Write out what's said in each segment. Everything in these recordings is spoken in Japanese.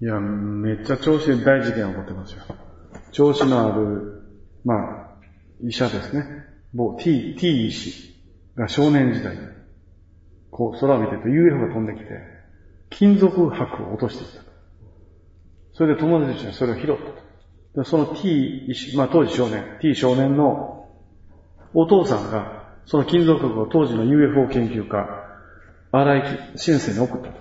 いや、めっちゃ調子で大事件起こってますよ。調子のある、まあ、医者ですね。某 T、T 医師が少年時代、こう空を見てて UFO が飛んできて、金属箔を落としてきた。それで友達たちがそれを拾ったと。でその T 医師、まあ当時少年、T 少年のお父さんが、その金属箔を当時の UFO 研究家、荒井先生に送ったと。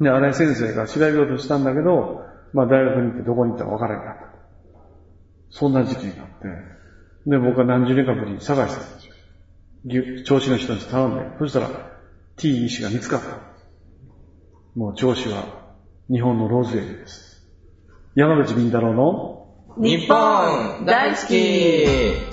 で、荒井先生が調べようとしたんだけど、まあ大学に行ってどこに行ったか分からなかった。そんな時期があって、で、僕は何十年かぶりに探したんですよぎゅ。調子の人に頼んで、そしたら T 医師が見つかった。もう調子は日本のローズウェイです。山口敏太郎の日本大好き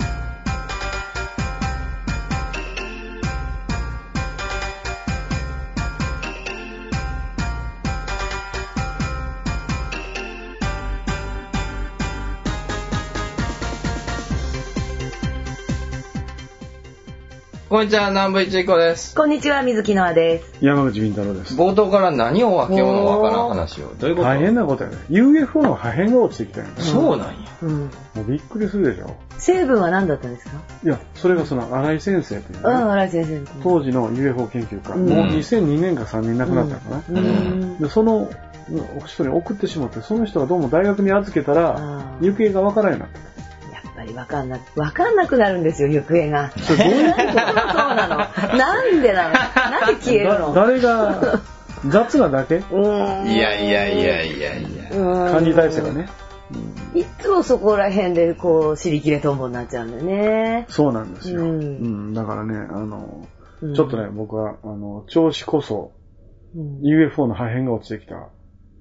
こんにちは、南部一彦です。こんにちは、水木のあです。山口敏太郎です。冒頭から何をわけようのわからん話を。どういうこと大変なことやね。UFO の破片が落ちてきたよね。そうなんや。うん。もうびっくりするでしょ。成分は何だったんですかいや、それがその荒井先生といううん、ね、荒井先生の。当時の UFO 研究家、うんもう2002年か3年亡くなったのかな。うん。うんで、その人に送ってしまって、その人がどうも大学に預けたら、あー行方がわからんようになっやっぱりわかんなく、わかんなくなるんですよ、行方が。た。それどういうこそうなの。 なんでなのなんで消えるとだの誰が、雑なだ けうーん。いやいやいやいやいや。管管理体制が。ね。いつもそこら辺で、こう、尻切れトンボになっちゃうんだよね。そうなんですよ。ううんん。だからね、あの、うんちょっとね、。僕は、あの、調子こそうん UFO の破片が落ちてきた。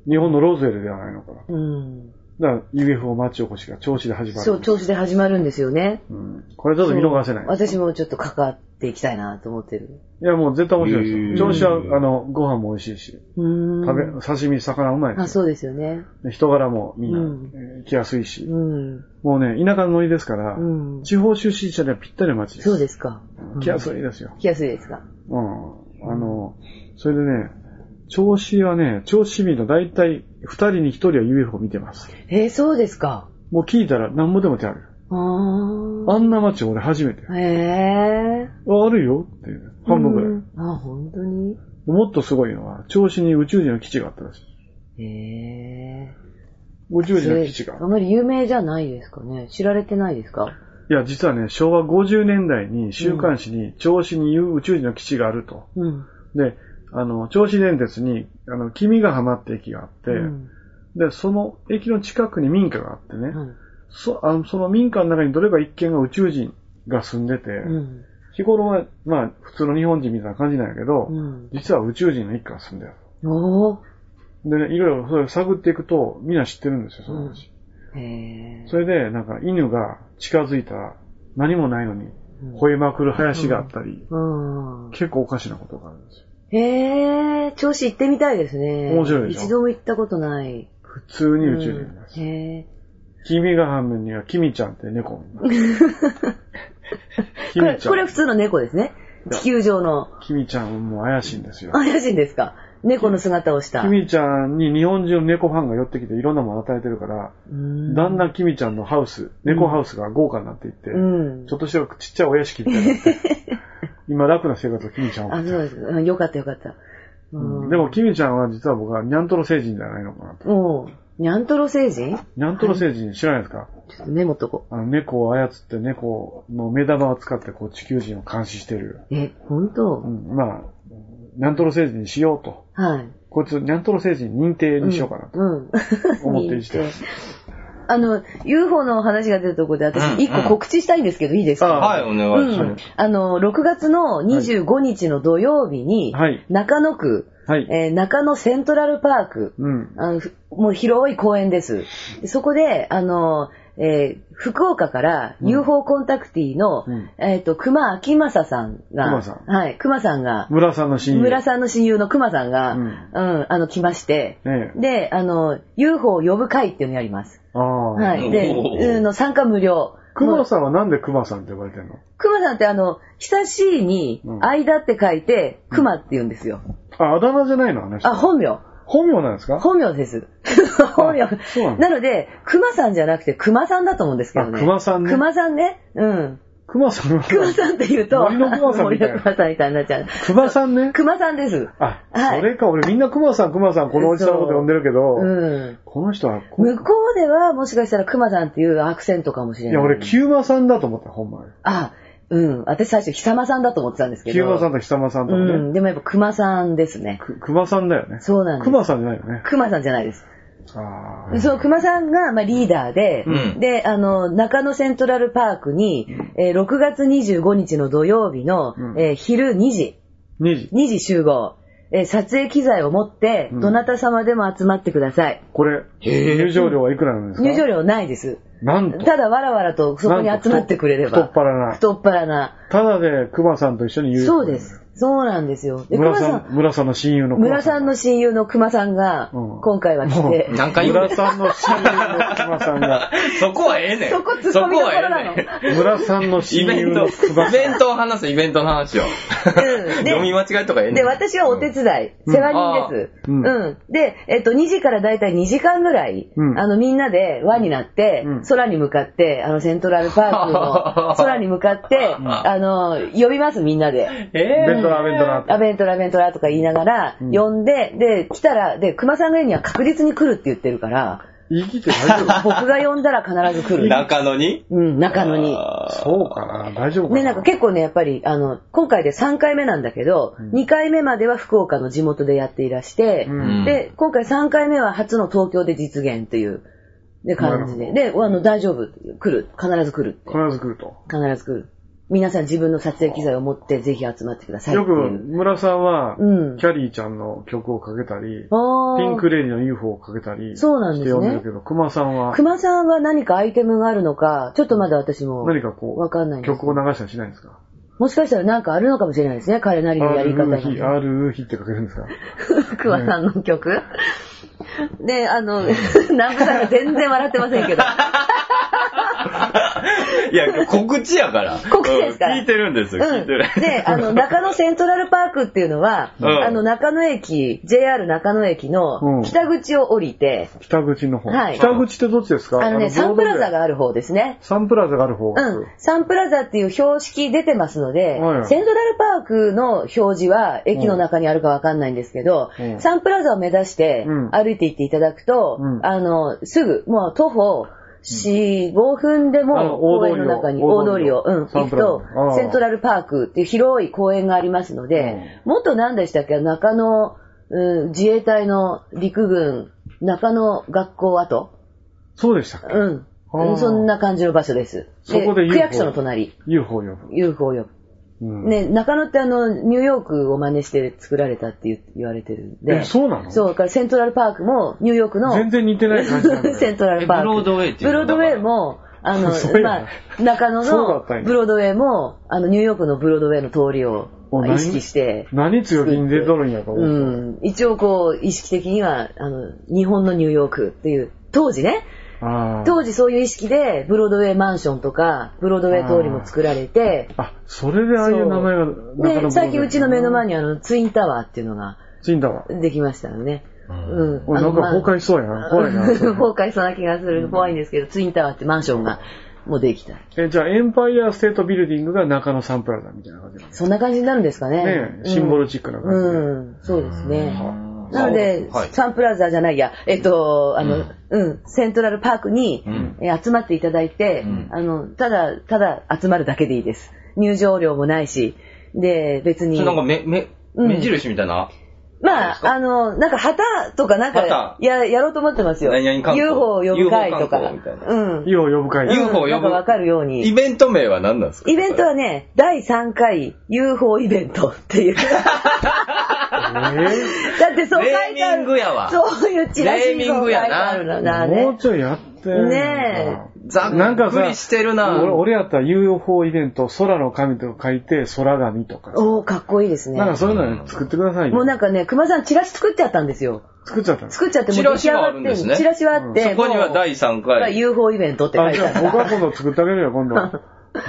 日本のローズウェルではないのかな。うん。だから UFO 町おこしが調子で始まる。そう、調子で始まるんですよね。うん。これちょっと見逃せない。私もちょっと関わっていきたいなと思ってる。いや、もう絶対面白いですよ。へ調ー子は、あの、ご飯も美味しいし、うーん。食べ、刺身、魚うまいあ、ですよ。そうですよね。で人柄もみんなうんえー来やすいし、うん。もうね、田舎のノリですから、うん。地方出身者にはぴったりの街です。そうですか。来やい。すいですよ。来やすいですか。うん。あの、それでね、調子はね、調子市民の大体2人に1人は UFO 見てます。えー、そうですか。もう聞いたら何もでも手ある。ああー。んな街俺初めて。あ、へえ。あるよっていう。半分ぐらい。らい。あ、本当にもっとすごいのは、調子に宇宙人の基地があったらしい。へえ。宇宙人の基地が。あまり有名じゃないですかね。知られてないですかいや、実はね、昭和50年代に週刊誌に、銚子に宇宙人の基地があると。うん。で、あの、銚子電鉄に、あの、君ヶ浜って駅があって、うんで、その駅の近くに民家があってね、うんそあのその民家の中にどれか一軒が宇宙人が住んでて、うん。日頃は、まあ、普通の日本人みたいな感じなんやけど、うん。実は宇宙人の一家が住んでる。おー。でね、いろいろそれを探っていくと、みんな知ってるんですよ、その話。へえ。それで、なんか犬が近づいたら、何もないのに、吠えまくる林があったり、うん。結構おかしなことがあるんですよ。へえ。調子行ってみたいですね。面白いでしょ一度も行ったことない。普通に宇宙人います。うんへえ。君が半分にはキミちゃんって 猫もいます。キこれ、ミちゃこれはん普。通の猫ですね。地球上の。キミちゃんも怪しいんですよ。怪しいんですか猫の姿をした。キミちゃんに日本中の猫ファンが寄ってきていろんなもの与えてるから、だだんだんキミちゃんのハウス、猫ハウスが豪華になっていって、うんちょ。っとしたちっちゃいお屋敷みたいになって、今楽な生活をキミちゃんはあ、そうです。うんよかったよかった。うんでも、キミちゃんは実は僕はニャントロ星人じゃないのかなと。もう、ニャントロ星人ニャントロ星人知らないですか、ちょっとメモっとこあの猫を操って猫の目玉を使ってこう地球人を監視してる。う。え、ほんうとん、まあ、ニャントロ星人にしようと。はい。こいつ、ニャントロ星人認定にしようかなと。うん。思ってる人 見あの、UFO の話が出たところで、うん私、一個告知したいんですけど、いいですあかはい、おう願いしまん。あの、6月の25日の土曜日に、はい中野区、はい。えー中野セントラルパーク、うん。あのふもう広い公園です。でそこで、あの、えー福岡からうん UFO コンタクティの、うんえっ、と、熊明正さんが、熊さんはい、熊さんが、村さんの親友。村さんの親友の熊さんが、ううんん、あの、来まして、ええで、あの、UFO を呼ぶ会っていうのをやります。ああ。はおい。ーで、うんの参加無料。熊もうさんはなんで熊さんって呼ばれてるの熊さんってあの、久しいにう、ん間って書いて、熊って言うんですよ。あ、あだ名じゃないのあの人。あ、本名。本名なんですか本名です。 本名そうなん。だなので、熊さんじゃなくて熊さんだと思うんですけどね。あ熊さんね熊さんね。うん。熊さんは熊さんって言うと、森の熊さんみたいな森の 熊さんみたいになっちゃう。熊さんね。熊さんです。あ、はいそれか、俺みんな熊さん、熊さん、このおじさんのこと呼んでるけど、うん。この人はこ、向こうではもしかしたら熊さんっていうアクセントかもしれないい。や、俺、キューマさんだと思った、ほんまに。あ、うん。私最初、久間さんだと思ってたんですけど。キューマさんとヒサマさんとかね、うん。でもやっぱ熊さんですね。く熊さんだよね。そうなんです。熊さんじゃないよね。熊さんじゃないです。あその熊さんが、まあ、リーダーで、うんで、あの、中野セントラルパークに、えー6月25日の土曜日の、うんえー昼2時、ー2時。 2時集合、えー撮影機材を持って、うんどなた様でも集まってください。これ、へー入場料はいくらなんですか入場料ないです。なんと。ただわらわらとそこになんと集まってくれれば。太っ腹な太っ腹な。ただで熊さんと一緒に遊そう戯会です。そうなんですよ。で、村熊ささん、ん、村さんの親友の熊村ささん。んの親友の熊さんがうん、今回は来て、何回言う村ねんさんの親友の熊さん が、 そこはええねん。そこツッコミどころなのそこはえ えねん村さんのイ親ベ友ンのト、熊さイん。ベントを話す、イベントの話を。うんで読み間違いとかええねん。で、私はお手伝い、うん世話人です、ううんん。で、えっと、2時からだいたい2時間ぐらい、うんあの、みんなで輪になって、うん空に向かって、あの、セントラルパーク の空に向かって、んあの、呼びます、みんなで。ええベントラーベントラーってアベントラ、アベントラとか言いながら、うん呼んで、で、来たら、で、熊さんが言うには確実に来るって言ってるから、 生きて大 丈僕が呼んだら必ず来る。中野にうん、中野に。あー夫そうかな大丈夫かなね、なんか結構ね、やっぱり、あの、今回で3回目なんだけど、2回目までは福岡の地元でやっていらして、うんで、今回3回目は初の東京で実現っていう、で、感じで。で、あの、大丈夫、来る、必ず来るって。必ず来ると。必ず来る。皆さん自分の撮影機材を持って、ぜひ集まってくださいっよてくいう。村さんは、うんキャリーちゃんの曲をかけたり、あーピンクレディの UFO をかけたりそうなんですしてね呼んでるけど、熊さんは熊さんは何かアイテムがあるのか、ちょっとまだ私も、何かこう、わかんないんです曲を流したりしないんですかもしかしたら何かあるのかもしれないですね、彼なりのやり方 ?RU がヒ、RU ヒってかけるんで すか熊さんの曲。で、あの、南部さんが全然笑ってませんけど。 いや、告知やから。告知ですからうん聞いてるんですよ、聞いてる。うん、で、あ の、中野セントラルパークっていうのは、うんあの、中野駅、JR 中野駅うんの北口を降りて、北口の方。はい北口ってどっちですかあのね、サンプラザ。ボードでがある方ですね。サンプラザがある方角うん。サンプラザっていう標識出てますので、はいセントラルパークの表示は駅の中にあるかわかんないんですけど、うんサンプラザを目指してうん歩いていっていただくと、うんあの、すぐ、もう徒歩4、5分であのも大通りを公園の中に大大通通りりをを、うん、サン行プくラザとああ、セントラルパークっていう広い公園がありますので、もっと何でしたっけ、中野、うん、自衛隊の陸軍、中野学校跡そうでしたっけうんあー。そんな感じの場所です。そこで UFO 区役所の隣、 ?UFO 呼ぶ。 UFO よ。うんね、中野ってあの、ニューヨークを真似して作られたって言う言われてるんで。えそうなのそう、だからセントラルパークもニューヨークの。全然似てない感じなんだよ セントラルパーク。えブロードウェイっていうブロのードウェイも、あの そう、やまあ、中野そうだっのたんやブロードウェイも、あの、ニューヨークのブロードウェイの通りをお何意識して。何強気に出とるんやと思うう。ん。一応こう、意識的には、あの、日本のニューヨークっていう、当時ね、あー当時そういう意識で、ブロードウェイマンションとか、ブロードウェイ通りも作られて、あ、それでああいう名前が中野で、最近うちの目の前に。にあの、ツインタワーっていうのが死んだわ。できましたよね。うん。おいなんか崩壊ししそうやな。怖いな。 崩壊しそうな気がする。怖いんですけど、ツインタワーってマンションがもうできた。え、じゃあ、エンパイアステートビルディングが中野サンプラザみたいな感じなんですそんな感じになるんですかね。ねうんシンボルチックな感じでうん、そうですね。うんなので、はいサンプラザじゃないや、えっと、あの、うん、セントラルパークに、んえー集まっていただいて、んあの、ただ、ただ集まるだけでいいです。入場料もないし、で、別そにれな。んか目、目、うん目印みたいな。まあ、あの、なんか旗とかなんか旗、や、やろうと思ってますよ。何々観光 UFO を呼ぶ会とか UFO 観光みた。うん。よ。よう呼ぶ会。うん UFO を呼ぶなんかわかるように。イベント名は何なんですかイベントはね、第3回 UFO イベントって いう。だえってそう書いてあネーミる。ングやわそういうチラシにそう書いてあるのーだもうね。ちょいやって。ねえざっくりしてるな俺俺やったら UFO イベント、空の神と書いて、空神とか。おー、かっこいいですねなん。かそういうの作ってくださいよ。もうなんかね、熊さんチラシ作ってあったんですよ。作っちゃったの作っちゃってもう出来上がってチチララシはあって。そこにはもう第3回。まあ UFO イベントって書あ、いじてゃあある。 僕は今度作ってあげるよ、今度。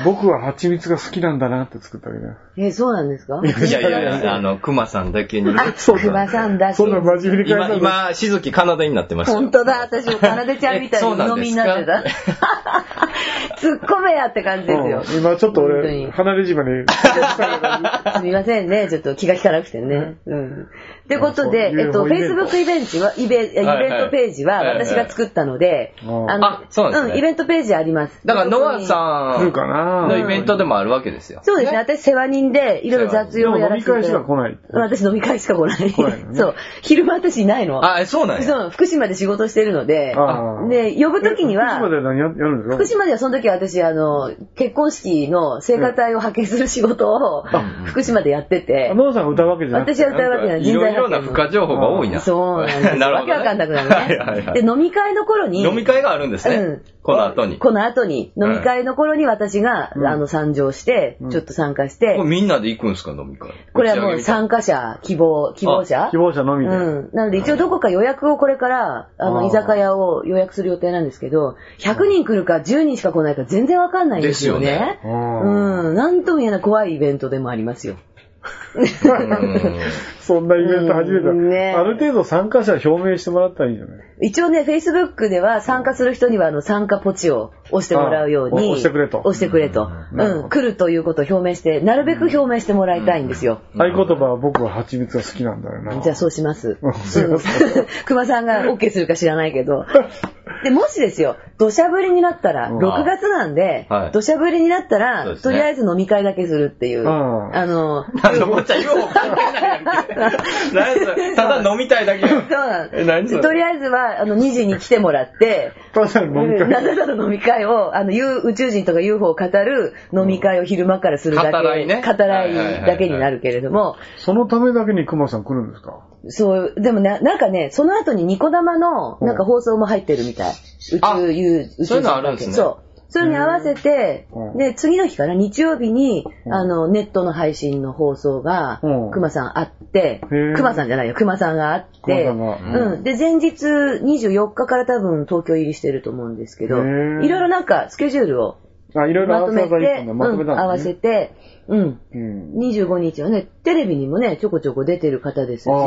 僕は蜂蜜が好きなんだなって作ったわけだよ。え、そうなんですかいやいやいや、あの、熊さんだけに。あ、熊さんだし。そんな真面目に返 今、さない今、しずきカナダになってましたよ。本当だ、私もかなでちゃんみたいえそうにな飲んでみにすなかってた。突っ込めやって感じですよ。うん今ちょっと本当に俺、離れ島 に、すみませんね。ちょっと気が利かなくてね。うん。ってことで、そうえっと、イベント Facebook イベントは、イベイベンはいはいトページは私が作ったので、はいはいあそうなんですねイベントページあります。だから、ノアさ来るかんなのイベントでもあるわけですよ。そうですね。私、世話人で、いろいろ雑で用もをや飲らみせて。会しか来ない。私、飲み会しか来ない。来ないのねそう。昼間私いないの。あ、えそうなんや。そう、福島で仕事してるので、あーで、呼ぶときにはえ福島、で何ややるん福ですか島ではその時は私、あの、結婚式の聖歌隊を派遣する仕事を、福島でやってて、ノアさんが歌うわけじゃなくて。私は歌うわけない。い人ろ材いろな派付遣加情報が多いな。そうなんです なるわほど、けわね。かんなくなるはいはいね。はで、い。飲み会の頃に、飲み会があるんですね。うんこの後に。この後に、飲み会の頃に私が、うんあの、参上して、うんちょっと参加してこれ、みんなで行くんですか、飲み会。これはもう打ち上げみ参加者、希望、希望者希望者のみで。うん。なので一応どこか予約をこれから、ああの、ー居酒屋を予約する予定なんですけど、100人来るか10人しか来ないか全然わかんないんですよですよねね。うんうん。なんとも言えない怖いイベントでもありま すよ。たいなうんそんなイベント初めてだ、うんねある程度参加者表明してもらったらいいんじゃない一応ね、Facebook では参加する人には、あの、参加ポチを押してもらうようあに。お押してくれと押してくれと。んなるほうどん。来るということを表明して、なるべく表明してもらいたいんですよ。合言葉は僕は蜂蜜が好きなんだよな。じゃあそうします。うんすいま熊さんが OK するか知らないけ ど。で、もしですよ、土砂降りになったら、うん6月なんではい、土砂降りになったそうら、ですとねりあえず飲み会だけするっていう。あああの、そあの、こっちは UFO 関係ないやんけ何それただ飲みたいだけやんうなん え何それとりあえずは、あの、2時に来てもらって、ただ飲みうん会。なんだかの飲み会を、あの、U- 宇宙人とか UFO を語る飲み会を昼間からするだけ、語らいね語らいだけになるけれども、そのためだけに熊さん来るんですかそう、でもな、なんかね、その後にニコ生の、なんか放送も入ってるみたい。宇あ宙、ゆ宇宙そういうのあるんですねそう。それに合わせてう、んで、次の日かな、日曜日に、うんあの、ネットの配信の放送がうん、熊さんあってへえ、熊さんじゃないよ、熊さんがあっ熊てさん、が。うん。で、前日24日から多分東京入りしてると思うんですけど、へいえろいろなんかスケジュールをあ、いろいろ合まわとせめ技一て、本でまとめうんたん合わですせね。て、うん。うん。 25日はね、テレビにもね、ちょこちょこ出てる方ですし、ああう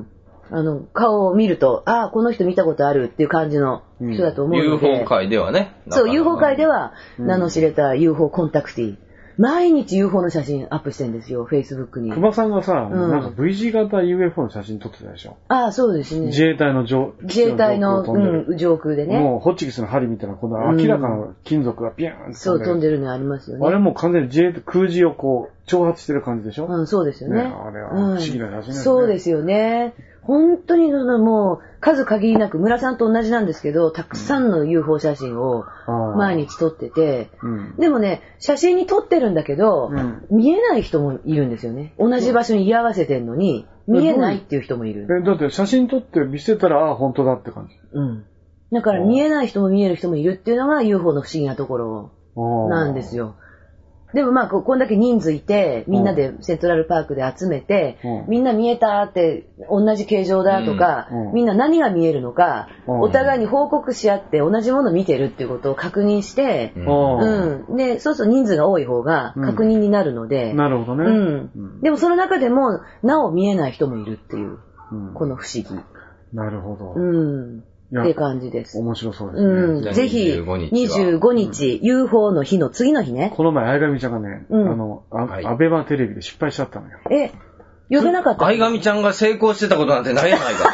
ん。あの、顔を見ると、ああ、この人見たことあるっていう感じの人だと 思うので、 UFO 界ではね。そう、UFO 界では。は、うん名の知れた UFO コンタクティ。毎日 UFO の写真アップしてんですよ、Facebook に。熊さんがさ、んなんか V 字型 UFO の写真撮ってたでしょ。ああ、そうですね。自衛隊の上、自衛隊の、基地上空を飛んでるうん、上空でね。もうホッチキスの針みたいな、この明らかな金属がビャーンってそう、飛んでるのありますよあれね。もう完全に自衛隊空自をこう、挑発してる感じでしょ、うん、そうですよね。ねあれは不思議な写真ですねそうですよね。本当に、そのもう、数限りなく、村さんと同じなんですけど、たくさんの UFO 写真をあー毎日撮ってて、うん。でもね、写真に撮ってるんだけど、うん見えない人もいるんですよね。同じ場所に居合わせてんのに、うん見えないっていう人もいる。え、だって写真撮って見せたら、ああ、本当だって感じ。うん。だから見えない人も見える人もいるっていうのが UFO の不思議なところなんですよ。よ。でもまあ、ここんだけ人数いて、みんなでセントラルパークで集めてうん、みんな見えたって、同じ形状だとかうんう、んみんな何が見えるのか、うんお互いに報告し合って同じもの見てるっていうことを確認してう、ああ、うん。で、そうすると人数が多い方が確認になるので、なるほどね。うん。でもその中でも、なお見えない人もいるっていう、うんこの不思議。なるほど。うん。いやって感じです。面白そうですね。うん。ぜひ、 25日25日、UFO の日の次の日ね。この前、相上ちゃんがね、うんあの、あはいアベマテレビで失敗しちゃったのよ。え、呼べなかった相上ちゃんが成功してたことなんてないやない か。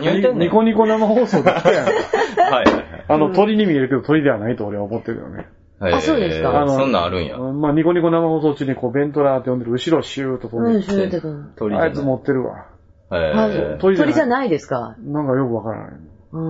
何を言ってんのニコニコ生放送だったやん。はいはいはい。あの、鳥に見えるけど鳥ではないと俺は思ってるよね。あそうですかえーあのそんなんあるんや。うんまあ、ニコニコ生放送中にこう、ベントラーって呼んでる後ろシューッと飛うんん、でそうだけど。鳥る。じあゃないいつ持ってるわ。えーあ鳥じゃない鳥じゃないですか。なんかよくわからない。うー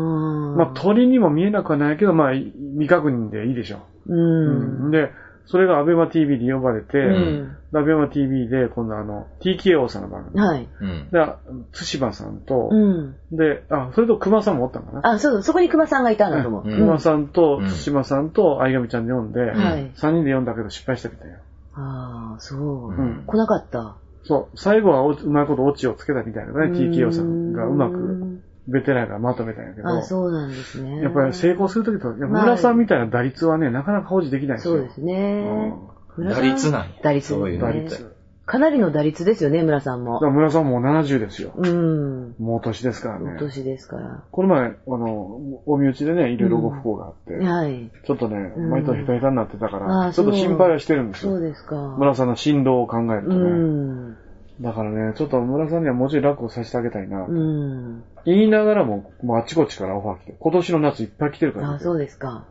ん。まあ、鳥にも見えなくはないけど、まあ、い未確認でいいでしょうう。ん。んで、それがアベマ TV に呼ばれて、うんアベマ TV で今度あの、TKO さんの番組。はい。うん。で、あ津島さんと、うん。で、あ、それと熊さんもおったのかな。あ、そう、そこに熊さんがいたんだと思う。うん熊さんとうん津島さんと相上ちゃんで読んで、はい3人で読んだけど失敗したみたいよ。ああ、そう、うん来なかった。そう、最後はおうまいことオチをつけたみたいなね、TKO さんがうまく。く。ベテランがまとめたんやけど、あ、そうなんですね。やっぱり成功するときと、やっぱ村さんみたいな打率はね、なかなか保持できないんですよ。そうですね。村さ打率なんや打率ですそうね。いう打率。だかかなりの打率ですよね、村さんも。ら村さんもう70ですよ。うん。もう年ですからおね。年ですから。この前、あの、お身内でね、いろいろご不幸があって、はい。ちょっとね、ん毎年ヘタヘタになってたかあら、ーちょっとそう心配はしてるんですそうよ。ですか。村さんの振動を考えるとうね。ん。だからね、ちょっと村さんにはもうちょい楽をさせてあげたいな。うん。言いながらも、もうあちこちからオファー来て、今年の夏いっぱい来てるから、あ、そうですか。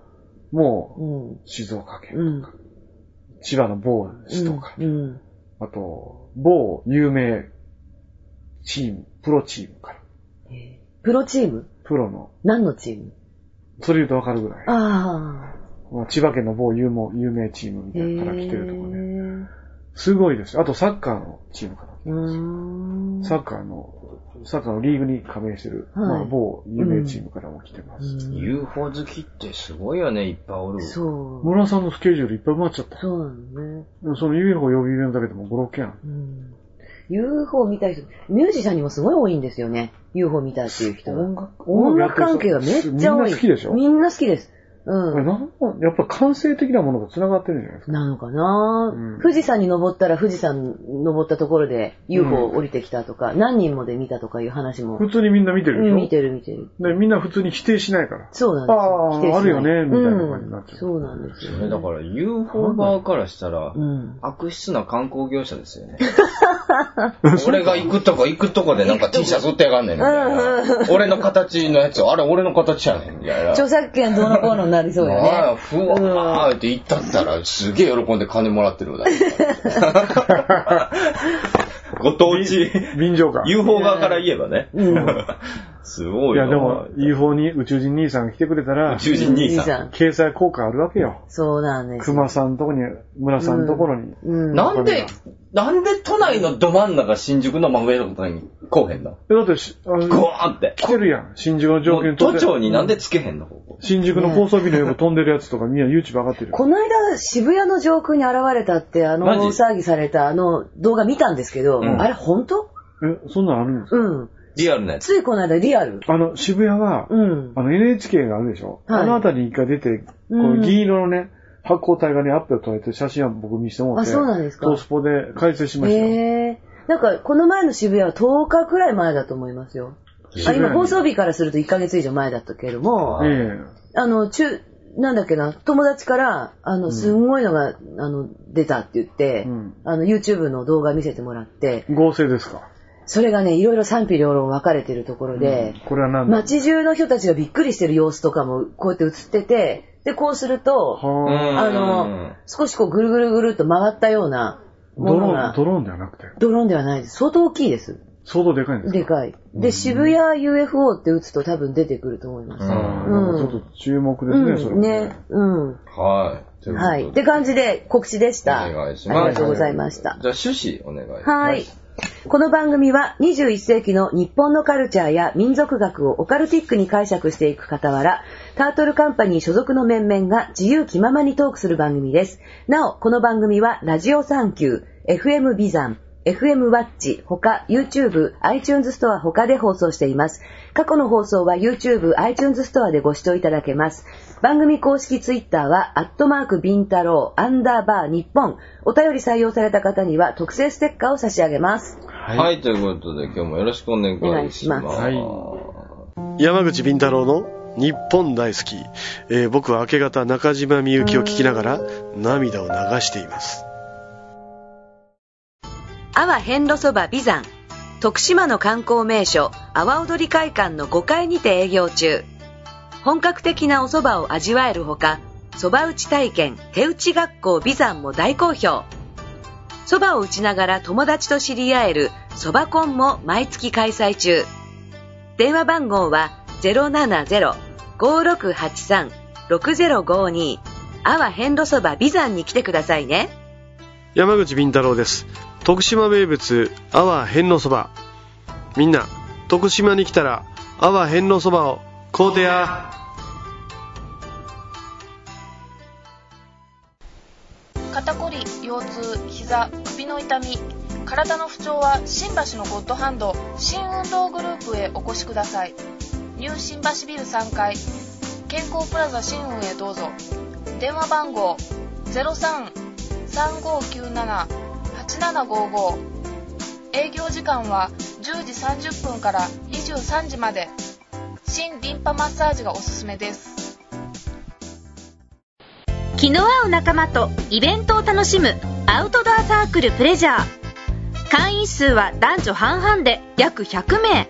もうん。う、静岡県、うん。千葉の某市とか、うん。あと、某有名チーム、プロチームから、えープロチームプロの、何のチームそれ言うとわかるぐらい、ああ。まあ千葉県の某有名有名チームみたいなのから来てるとかね、ね。すごいですよ。あとサッカーのチームから来てうるんですよーん。サッカーの、サッカーのリーグに加盟してる、はいまあ、某有名チームからも来てます。うん UFO 好きってすごいよね、いっぱいおる。そう。村さんのスケジュールいっぱい回っちゃった。そうなのね。その UFO 呼び入れのだけでも5、6件。うん。UFO 見たい人、ミュージシャンにもすごい多いんですよね。UFO 見たっていう人が。音楽、音楽関係がめっちゃ多みい。んな好きでしょみんな好きです。うん。なんもやっぱ感性的なものが繋がってるんじゃないですか。なのかな、うん富士山に登ったら富士山登ったところで UFO う降りてきたとか、何人もで見たとかいう話も。普通にみんな見てるでしうょん見てる見てる。でみんな普通に否定しないから。そうなんですよ。あー否定しないあるよねみたいな感じになっちゃうそうなんですよ、それだから UFO 側からしたらう、ん。悪質な観光業者ですよ ね。俺が行くとこ行くとこでなんか T シャツ売ってやがんねんみたいな。俺の形のやつ、あれ俺の形やねんみたいな。著作権どうのこうのになりそうよね。ああ、ふわーって行ったったら、すげえ喜んで金もらってるわ。だいぶご当地、便乗感。い UFO 側から言えばね。すごいな。やでも UFO に宇宙人兄さんが来てくれたら宇、宙人兄さん。経済効果あるわけよ。そうなんですよ。熊さんとこに、村さんのところに。うん。なんで、なんで都内のど真ん中新宿の真上のとこに来へんのえだってし、あのゴーンって。来てるやん。新宿の条件都取って庁になんでつけへんのここ。新宿の高層ビルの横飛んでるやつとかみんな YouTube 上がってるよ。この間渋谷の上空に現れたってあのマジ大騒ぎされたあの動画見たんですけど、うんあれ本当え、そんなんあるんですかうん。リアルなやつ。ついこの間リアル。あの、渋谷は、うん。あの NHK があるでしょ、はいあの辺りに一回出て、こうんう銀色のね、発光体がね、アップを捉えて写真は僕見せてもらって、あそうなんですかトースポで解説しましたよ。へえ。なんか、この前の渋谷は10日くらい前だと思いますよ。あ渋谷今、に放送日からすると1ヶ月以上前だったけれども、ええあの、中、なんだっけな、友達から、あの、すんごいのが、あの、出たって言って、うんあの、YouTube の動画見せてもらって、え合成ですか。それがね、いろいろ賛否両論分かれてるところで、これは何だ街中の人たちがびっくりしてる様子とかも、こうやって映ってて、で、こうすると、はうんあの、少しこうぐるぐるぐるっと回ったようなぁ、もドのローン、が、ドローンではなくて、ドローンではないです。相当大きいです。相当でかいんですかでかい。で、渋谷 UFO って打つと多分出てくると思いまあす。ーうなんんかちょっと注目ですね、それうん、もね。うん。はい。とうことはでい。って感じで告知でした。お願いしあます。りがとうございました。じゃあ趣旨お願いします。はい。この番組は21世紀の日本のカルチャーや民族学をオカルティックに解釈していく傍ら、タートルカンパニー所属の面々が自由気ままにトークする番組です。なお、この番組はラジオサンキュー、FM ビザン、FM ワッチ、他 YouTube、iTunes ストア他で放送しています。過去の放送は YouTube、iTunes ストアでご視聴いただけます。番組公式 Twitter は、アットマークビンタロウ、アンダーバー日本。お便り採用された方には特製ステッカーを差し上げます。はい。ということで今日もよろしくお願いします。お願いしますはい山口敏太郎の日本大好き、えー僕は明け方中島みゆきを聞きながら涙を流しています阿波遍路そば美山徳島の観光名所阿波踊り会館の5階にて営業中本格的なお蕎麦を味わえるほか蕎麦打ち体験手打ち学校美山も大好評蕎麦を打ちながら友達と知り合える蕎麦コンも毎月開催中電話番号は070-5683-6052阿波遍路そば美山に来てくださいね山口敏太郎です徳島名物阿波遍路そばみんな徳島に来たら阿波遍路そばを買うてや肩こり腰痛膝首の痛み体の不調は新橋のゴッドハンド新運動グループへお越しくださいニュー新橋ビル3階健康プラザ新運へどうぞ電話番号0335978755営業時間は10時30分から23時まで新リンパマッサージがおすすめです気の合う仲間とイベントを楽しむアウトドアサークルプレジャー会員数は男女半々で約100名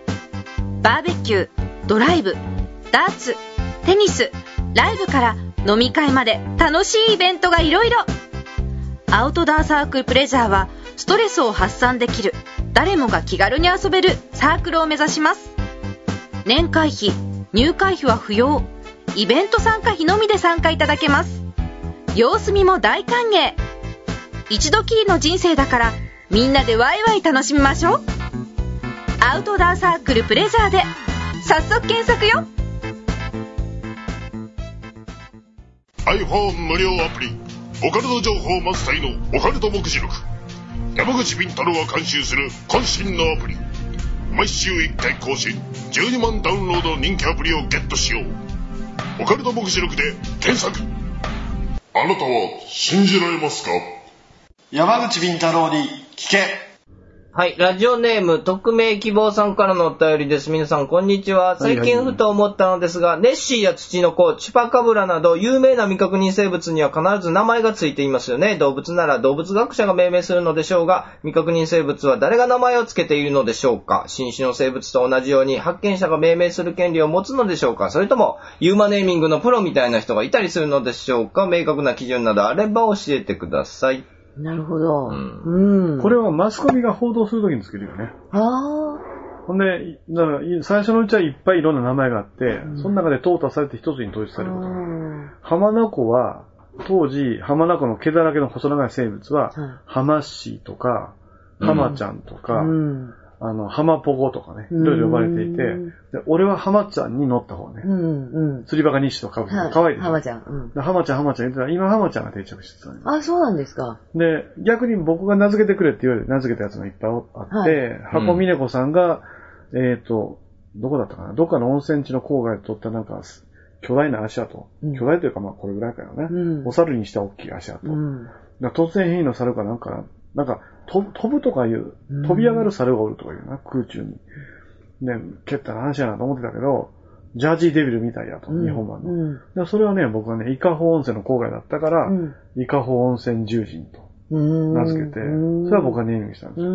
バーベキュードライブダーツテニスライブから飲み会まで楽しいイベントがいろいろアウトドアサークルプレジャーはストレスを発散できる誰もが気軽に遊べるサークルを目指します年会費入会費は不要イベント参加費のみで参加いただけます様子見も大歓迎一度きりの人生だからみんなでワイワイ楽しみましょうアウトドアサークルプレジャーで早速検索よ iPhone 無料アプリオカルト情報満載のオカルト目次録山口敏太郎が監修する渾身のアプリ毎週1回更新12万ダウンロードの人気アプリをゲットしようオカルト目次録で検索あなたは信じられますか山口敏太郎に聞けはい、ラジオネーム、匿名希望さんからのお便りです。皆さん、こんにちは。はい最近ふと思ったのですが、ネッシーやツチノコ、チュパカブラなど、有名な未確認生物には必ず名前がついていますよね。動物なら動物学者が命名するのでしょうが、未確認生物は誰が名前をつけているのでしょうか新種の生物と同じように、発見者が命名する権利を持つのでしょうかそれとも、ユーマネーミングのプロみたいな人がいたりするのでしょうか明確な基準などあれば教えてください。なるほど。う。うんんこれはマスコミが報道するときにつけるよね。あほんで、だからい最初のうちはいっぱいいろんな名前があって、その中で淘汰されて一つに統一あ。さうれることがある。ん。浜名湖は、当時、浜名湖の毛だらけの細長い生物は、は浜シーとか、浜ちゃんとか、うん。あの、浜ポコとかね、いうんろいろ呼ばれていて、で俺は浜ちゃんに乗った方ね、うん。うん。釣りバカ西とかぶってはて、かわいいでしょ。浜ちゃん。うん。で浜ちゃん、浜ちゃん言ってたら、今浜ちゃんが定着してたのよあ、そうなんですか。で、逆に僕が名付けてくれって言われて名付けたやつもいっぱいあって、箱峰子さんが、えっ、と、どこだったかなどっかの温泉地の郊外で撮ったなんか、す巨大な足跡。うん巨大というかまあこれぐらいかよね。うんお猿にした大きい足跡。うん。だから突然変異の猿かなんか、なんか、と飛ぶとかいううん、飛び上がる猿がおるとかいうな、空中に。ね、蹴ったら話やなと思ってたけど、ジャージーデビルみたいやと、日本版の。うん。でそれはね、僕はね、伊香保温泉の郊外だったから、うん伊香保温泉獣人と。うん。名付けて、それは僕がネーミングしたんですうよ。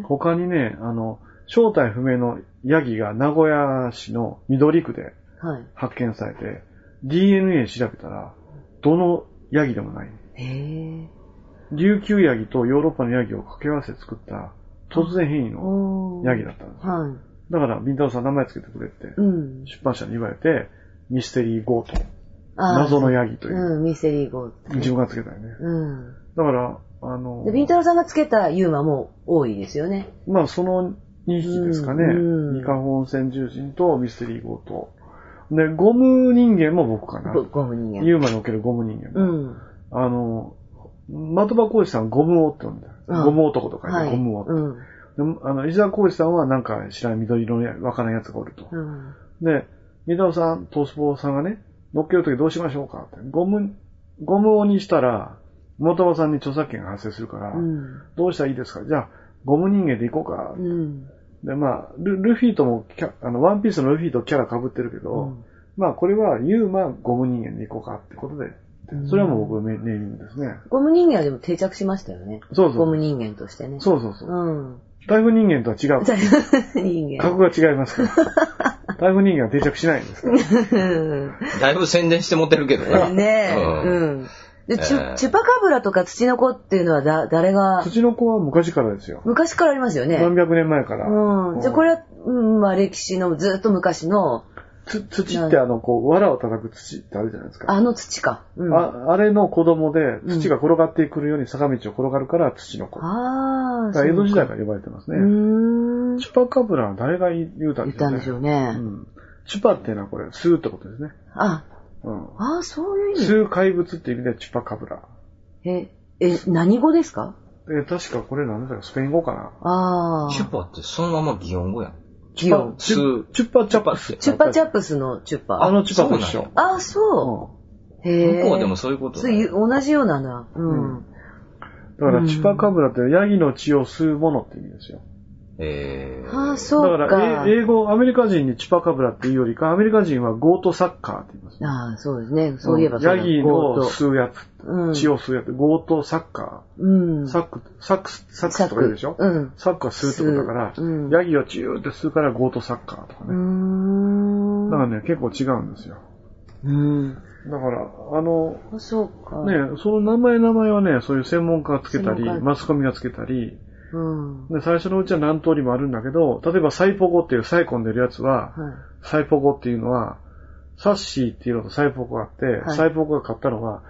ん。他にね、あの、正体不明のヤギが名古屋市の緑区ではい。発見されて、DNA 調べたら、どのヤギでもない。へえ。琉球ヤギとヨーロッパのヤギを掛け合わせて作った、突然変異のおーヤギだったんですよ。はい。だから、ビンタロウさん名前つけてくれってう、ん。出版社に言われて、ミステリーゴート、あー謎のヤギという、うん、ミステリーゴー自分がつけたよね。うん。だから、あので、、ビンタロウさんがつけたユーマも多いですよね。まあ、その2匹ですかね。うんうん二カホ温泉獣人とミステリー号と。で、ゴム人間も僕かな。ゴゴム人間。ユーマにおけるゴム人間うも。ん。あの、的場浩二さんゴム王って呼んだ。うんゴム男とかはね、い。ゴム王。うん。であの、伊沢浩二さんはなんか知らん緑色のやわからんやつがおると。うん。で、三田尾さん、トースポーさんがね、乗っけるときどうしましょうかって。ゴム、ゴム王にしたら、元場さんに著作権が発生するから、うん。どうしたらいいですかじゃあ、ゴム人間で行こうか。うん。で、まあ、ルルフィともキャ、あの、ワンピースのルフィとキャラ被ってるけど、うんまあ、これはユーマ、ゴム人間でいこうかってことで、それはもう僕のネネーミングですね。ゴム人間はでも定着しましたよね。そうそゴムう。人間としてね。そうそうそう。 うん。台風人間とは違う。人間。格が違います から。台風人間は定着しないんですから。だいぶ宣伝して持ってるけどうね。ん ねえ。ううん。で、チえューチュパカブラとか土の子っていうのはだ、誰が、土の子は昔からですよ。昔からありますよね。何百年前から。うん。じゃあこれはは、うん、まあ歴史のずっと昔の、土ってあの、こう、藁を叩く土ってあるじゃないですか。あの土か。うん。あああれの子供で、土が転がってくるように坂道を転がるから土の子。だあー、から江戸時代そうかから呼ばれてますうね。ーん。チュパカブラは誰が言うたん言っですかたねんでしょうね。うん。チュパっていうのはこれ、吸うってことですね。あ、うん。あーそういう意味。吸う怪物っていう意味でチュパカブラ。え、え、何語ですかえ、確かこれ何だったかスペイン語かなああ。チュパってそのまま擬音語やん。擬音。チュチュッパチャパって。チュッパチャップスのチュッパ。あのチュッパでしそうょ。あ、そう。へえ。向こうでもそういうことそういう同じようなな。うん。だから、チュパカブラってヤギの血を吸うものって意味ですよ。えー。ああ、だそかうらか。え、英語、アメリカ人にチュパカブラっていうよりか、アメリカ人はゴートサッカーって言います。ああ、そうですね。そういえばそヤうだギゴのー吸うやうんつ、血を吸うやつ、ゴートサッカうん。ー、サック、サックス、サックスとか言うでしょうん。サッカー吸うってことだから吸ううん、ヤギはチューって吸うからゴートサッカーとかうーね。だかん。らね、結構違うんですよ。うん。だから、あの、あそうか。ね、その名前名前はね、そういう専門家がつけたり専門家、マスコミがつけたり、うん。はで最初のうちは何通りもあるんだけど、例えばサイポゴっていうサイコンでるやつは、サイポゴっていうのは、サッシーっていうのとサイポゴがあって、はいサイポゴが買ったのは、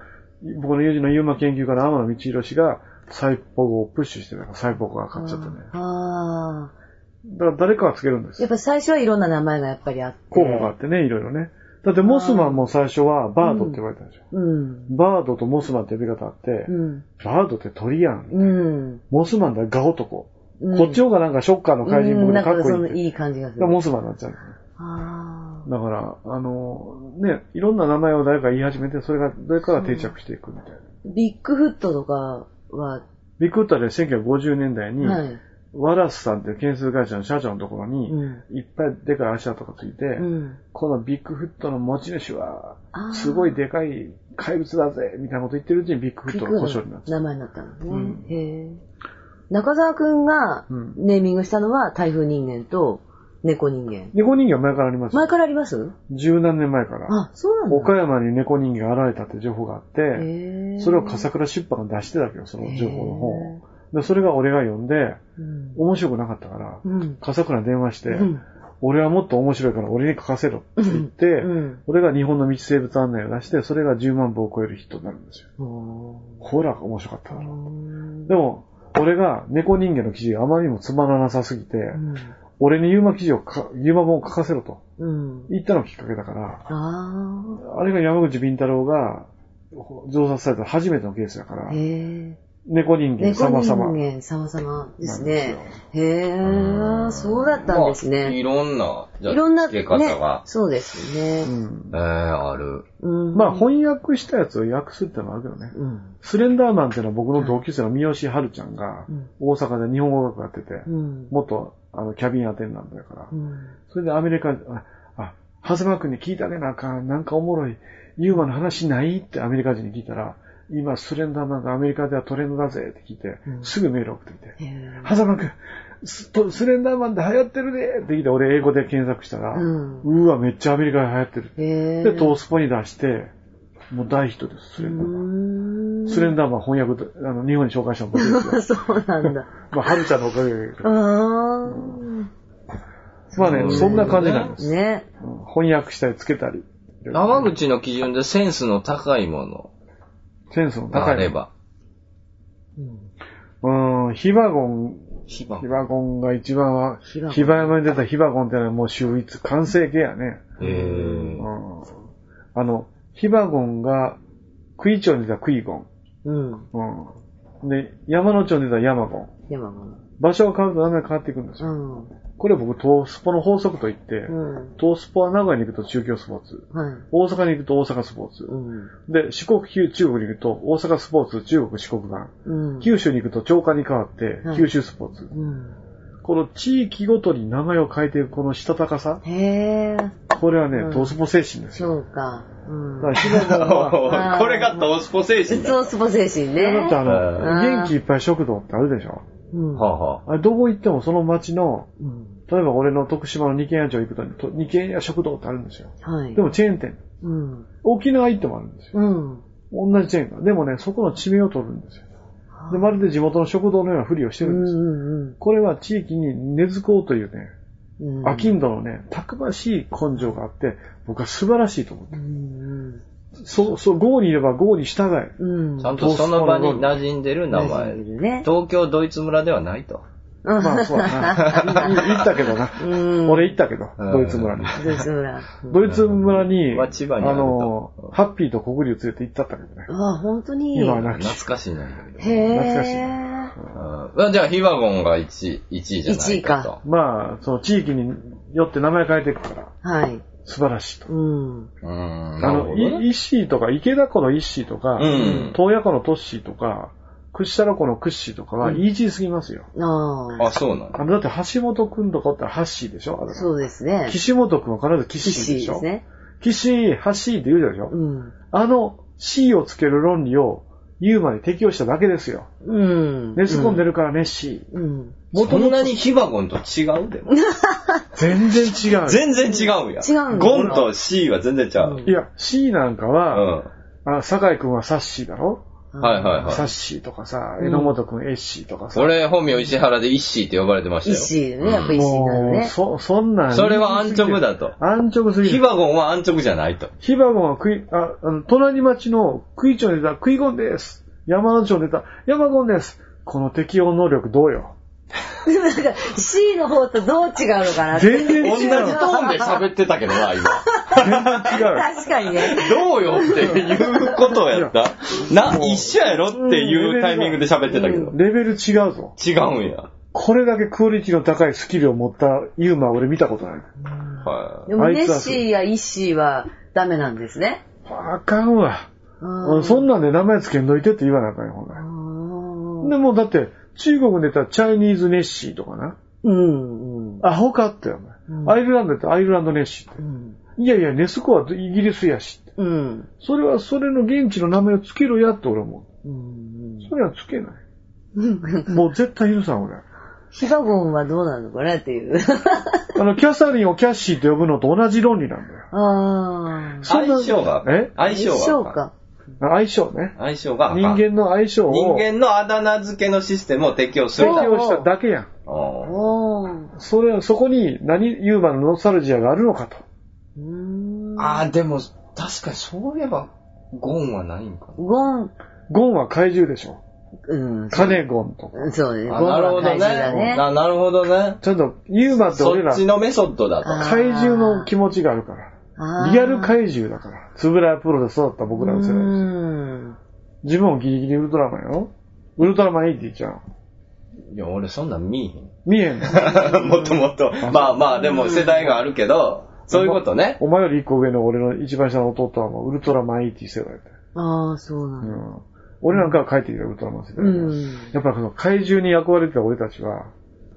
僕の友人のユーマ研究家の天野道博氏が、サイポゴをプッシュしてるから、サイポゴがい。買っちゃったね。ああ。だから誰かがつけるんですやっよ。ぱ最初はいろんな名前がやっぱりあって。候補があってね、いろいろね。だってモスマンも最初はバードって言われたでしょ。うん。バードとモスマンって呼び方あって、うん。バードって鳥やん。うん。モスマンだよ、ガ男。うんこっちの方がなんかショッカーの怪人う僕んでなんかっかこいそいのって。いい感じがだすからる。モスマンになっちゃう。あだから、あの、ね、いろんな名前を誰か言い始めて、それが、誰かが定着していくみたいな。ービッグフットとかは、ビッグウッタで1950年代に、はい。ワラスさんっていう建設会社の社長のところに、ういっぱいでかい足跡がついて、うん。このビッグフットの持ち主はあー、すごいでかい怪物だぜ、みたいなこと言ってるうちにビッグフットが故障になっちゃ名う。前になったんですね。うんへえ。中澤くんがうんネーミングしたのは台風人間と猫人間。猫人形は前からありますよ前。からあります十何年前から。あ、そうなんだ。岡山に猫人形が現れたって情報があって、へえそれを笠倉出版が出してたわけよ、その情報の本を。で、それが俺が読んで、うん。面白くなかったから、うん。笠倉に電話して、うん俺はもっと面白いから俺に書かせろって言って、うん俺が日本の未知生物案内を出して、それが10万部を超えるヒットになるんですよ。おほら、面白かっただろーうでも、俺が猫人間の記事があまりにもつまらなさすぎて、うん。俺にユーマ記事をか、ユーマ本を書かせろとうん。言ったのがきっかけだから、ああれが山口敏太郎が増殺された初めてのケースだからあ。、へえ。猫人間猫様人々。間様々ですなんねで。へえ、そうだったんですまあいね。ろんな、じゃあいろんな、付ねけ方が、、そうですうね。んえー、ある。うん。まあ翻訳したやつを訳すってのもあるけどね。うん。スレンダーマンっていうのは僕の同級生の三好春ちゃんがうん、大阪で日本語学やってて、うん。元、あの、キャビンアテンダントやからう、ん。それでアメリカ、あ、あ、長谷川君に聞いてあげなあかん、なんかおもろい、ユーマの話ないってアメリカ人に聞いたら、今スレンダーマンがアメリカではトレンドだぜって聞いて、うんすぐメール送ってきて、へえ長谷川君、スとスレンダーマンで流行ってるねって聞いて俺英語で検索したら、う。うんーわ、めっちゃアメリカで流行ってる。へえ。で、トースポに出して、もう大ヒットです、スレンダーマン。うスレンダーマン翻訳、あの、日本に紹介したの僕です ーん。よ。 そうなんだ。まあ、はるちゃんのおかげで。あまあね、そんな感じなんであ。す。ね。うん翻訳したり、つけたり。山口の基準でセンスの高いものセンスのが高あい。れ。ば。うん、ヒバゴン、ヒバヒ。バゴンが一番は、ヒバゴンヒバ山に出たヒバゴンってのはもう秀逸、完成形やね。えーう、 ん。あの、ヒバゴンが、クイ町に出たクイゴうん。ン。うん。で、山野町に出たヤマゴン。山も。場所を変わると名前変わっていくんですうよ。ん。これ僕、トースポの法則と言って、うん。トースポは名古屋に行くと中京スポーツ。はい。大阪に行くと大阪スポーツ。うん。で、四国、旧中国に行くと大阪スポーツ、中国、四国版。うん。九州に行くと長官に変わってはい九州スポーツ。うん。この地域ごとに名前を変えていくこのしたたかさ、へえ。これはね、うんトースポ精神ですよ。そうか。うん。だからヒロ君は、ーこれがトースポ精神だ。そう、スポ精神ね。だってあの、うん元気いっぱい食堂ってあるでしょうん。はあ、はあれどこ行ってもその町の、うん。例えば俺の徳島の二軒屋町行くとと、二軒屋食堂ってあるんですよ。はいで。もチェーン店。うん。沖縄行ってもあるんですよ。うん。同じチェーンが。でもね、そこの地名を取るんですよ。で、まるで地元の食堂のようなふりをしてうるんですよん。うん。これは地域に根付こうというね、うん。アキンドのね、たくましい根性があって、僕は素晴らしいと思ってうる。ん。そう、そう、郷にいれば郷に従え。うん。あ。ちゃんとその場に馴染んでる名馴染前ん。でるね東京ドイツ村ではないと。まあ、そうだな。い行ったけどな。うん俺行ったけど、うんドイツ村に。ドイツ村。ドイツ村に、まあ千葉にあるとの、ハッピーと小栗を連れて行ったったけどね。あ、本当に。今はな懐き。かしいな。へえ。懐かしいうんじゃあ、ヒバゴンが1位、一位じゃないかと。まあ、その地域によって名前変えていくから、はい。素晴らしいと。うん。うーん、あなるほの、ど、いね。石井とか、池田湖の石井とか、うん洞爺湖のトッシーとか、串太郎湖のクッシーとかは、イージーすぎますよ。ああ。あ、そうなんだ。あの、だって橋本くんとかおったらハッシーでしょあのそうですね。岸本くんは必ずキキッッシシーでしーでょすね。キッシー、ハッシーって言うでしょ、うん。あの、C をつける論理を、ユーマに適用しただけですよ。うん。ネス込んでるからネッシー。うん。そんなにヒバゴンと違うでも。全然違う。全然違うやん。違うんだゴンと C は全然違う。いや、C なんかうは、ん。あ酒井くんはサッシーだろ、はいはいサはッい。シーとかさ、うん榎本くんエッシーとかさ。俺、本名石原でイッシーって呼ばれてましたイッよ。シーね、やっぱイッシーなのもう、ね。そ、そんなん。それは安直だと。安直すぎヒる。バゴンは安直じゃないと。ヒバゴンは食い、あ、あの、隣町の食い町ネタ、食いゴンです。山の町ネタ、山ゴンです。この適応能力どうよ。 なんか、C の方とどう違うのかなって。全然同じ違トう。ーンで喋ってたけどな、今。違う。確かにね。 どうよっていうことやった。 な、一緒やろっていうタイミングで喋ってたけど。レベル違うぞ。違うんや。これだけクオリティの高いスキルを持ったユーマは俺見たことない。はでも、あネいつッはそうシーやイッシーはダメなんですね。あかんわ。うそんなんで名前つけんといてって言わなあかんよ、ほんならうん。でもうだって、中国で言ったらチャイニーズネッシーとかな。うん。うんアホかって、お前。アイルランドやったらアイルランドネッシーって。いやいや、ネスコはイギリスやしって。うん。それはそれの現地の名前をつけろやって俺思う。うん。それはつけない。もう絶対許さん、俺。ヒバゴンはどうなのかなっていう。 あの、キャサリンをキャッシーと呼ぶのと同じ論理なんだよ。い。ああ。そんな相性がえ、相性が。そうか。相性ね。相性があかん。人間の相性を人適間のあだ名付けのシステムを適用するそうな。用しただけやん。うんおー。それは、そこに何、ユーマのノスタルジアがあるのかと。うーん。あー、でも、確かにそういえば、ゴンはないんかな。ゴン、ゴンは怪獣でしょ。うん。カネゴンとか。そうね。ゴあンなるほどはね。怪獣だね。ななるほどね。ちょっと、ユーマって俺そらっ、ちのメソッドだと。あ怪獣の気持ちがあるから。リアル獣怪獣だから。つぶらやプロで育った僕らの世代。うん。自分もギリギリウルトラマンやろウルトラマンいいって言っちゃう。いや、俺そんなん見見えんの。 えへん。もっともっと。まあまあ、でも世代があるけど、そういうことね。お前より一個上の俺の一番下の弟はもうウルトラマンいいって世代だよ。ああ、そうなうんだ。ん。俺なんかは帰ってきたウルトラマン世代だうから。ん。やっぱりこの怪獣に憧れてた俺たちは、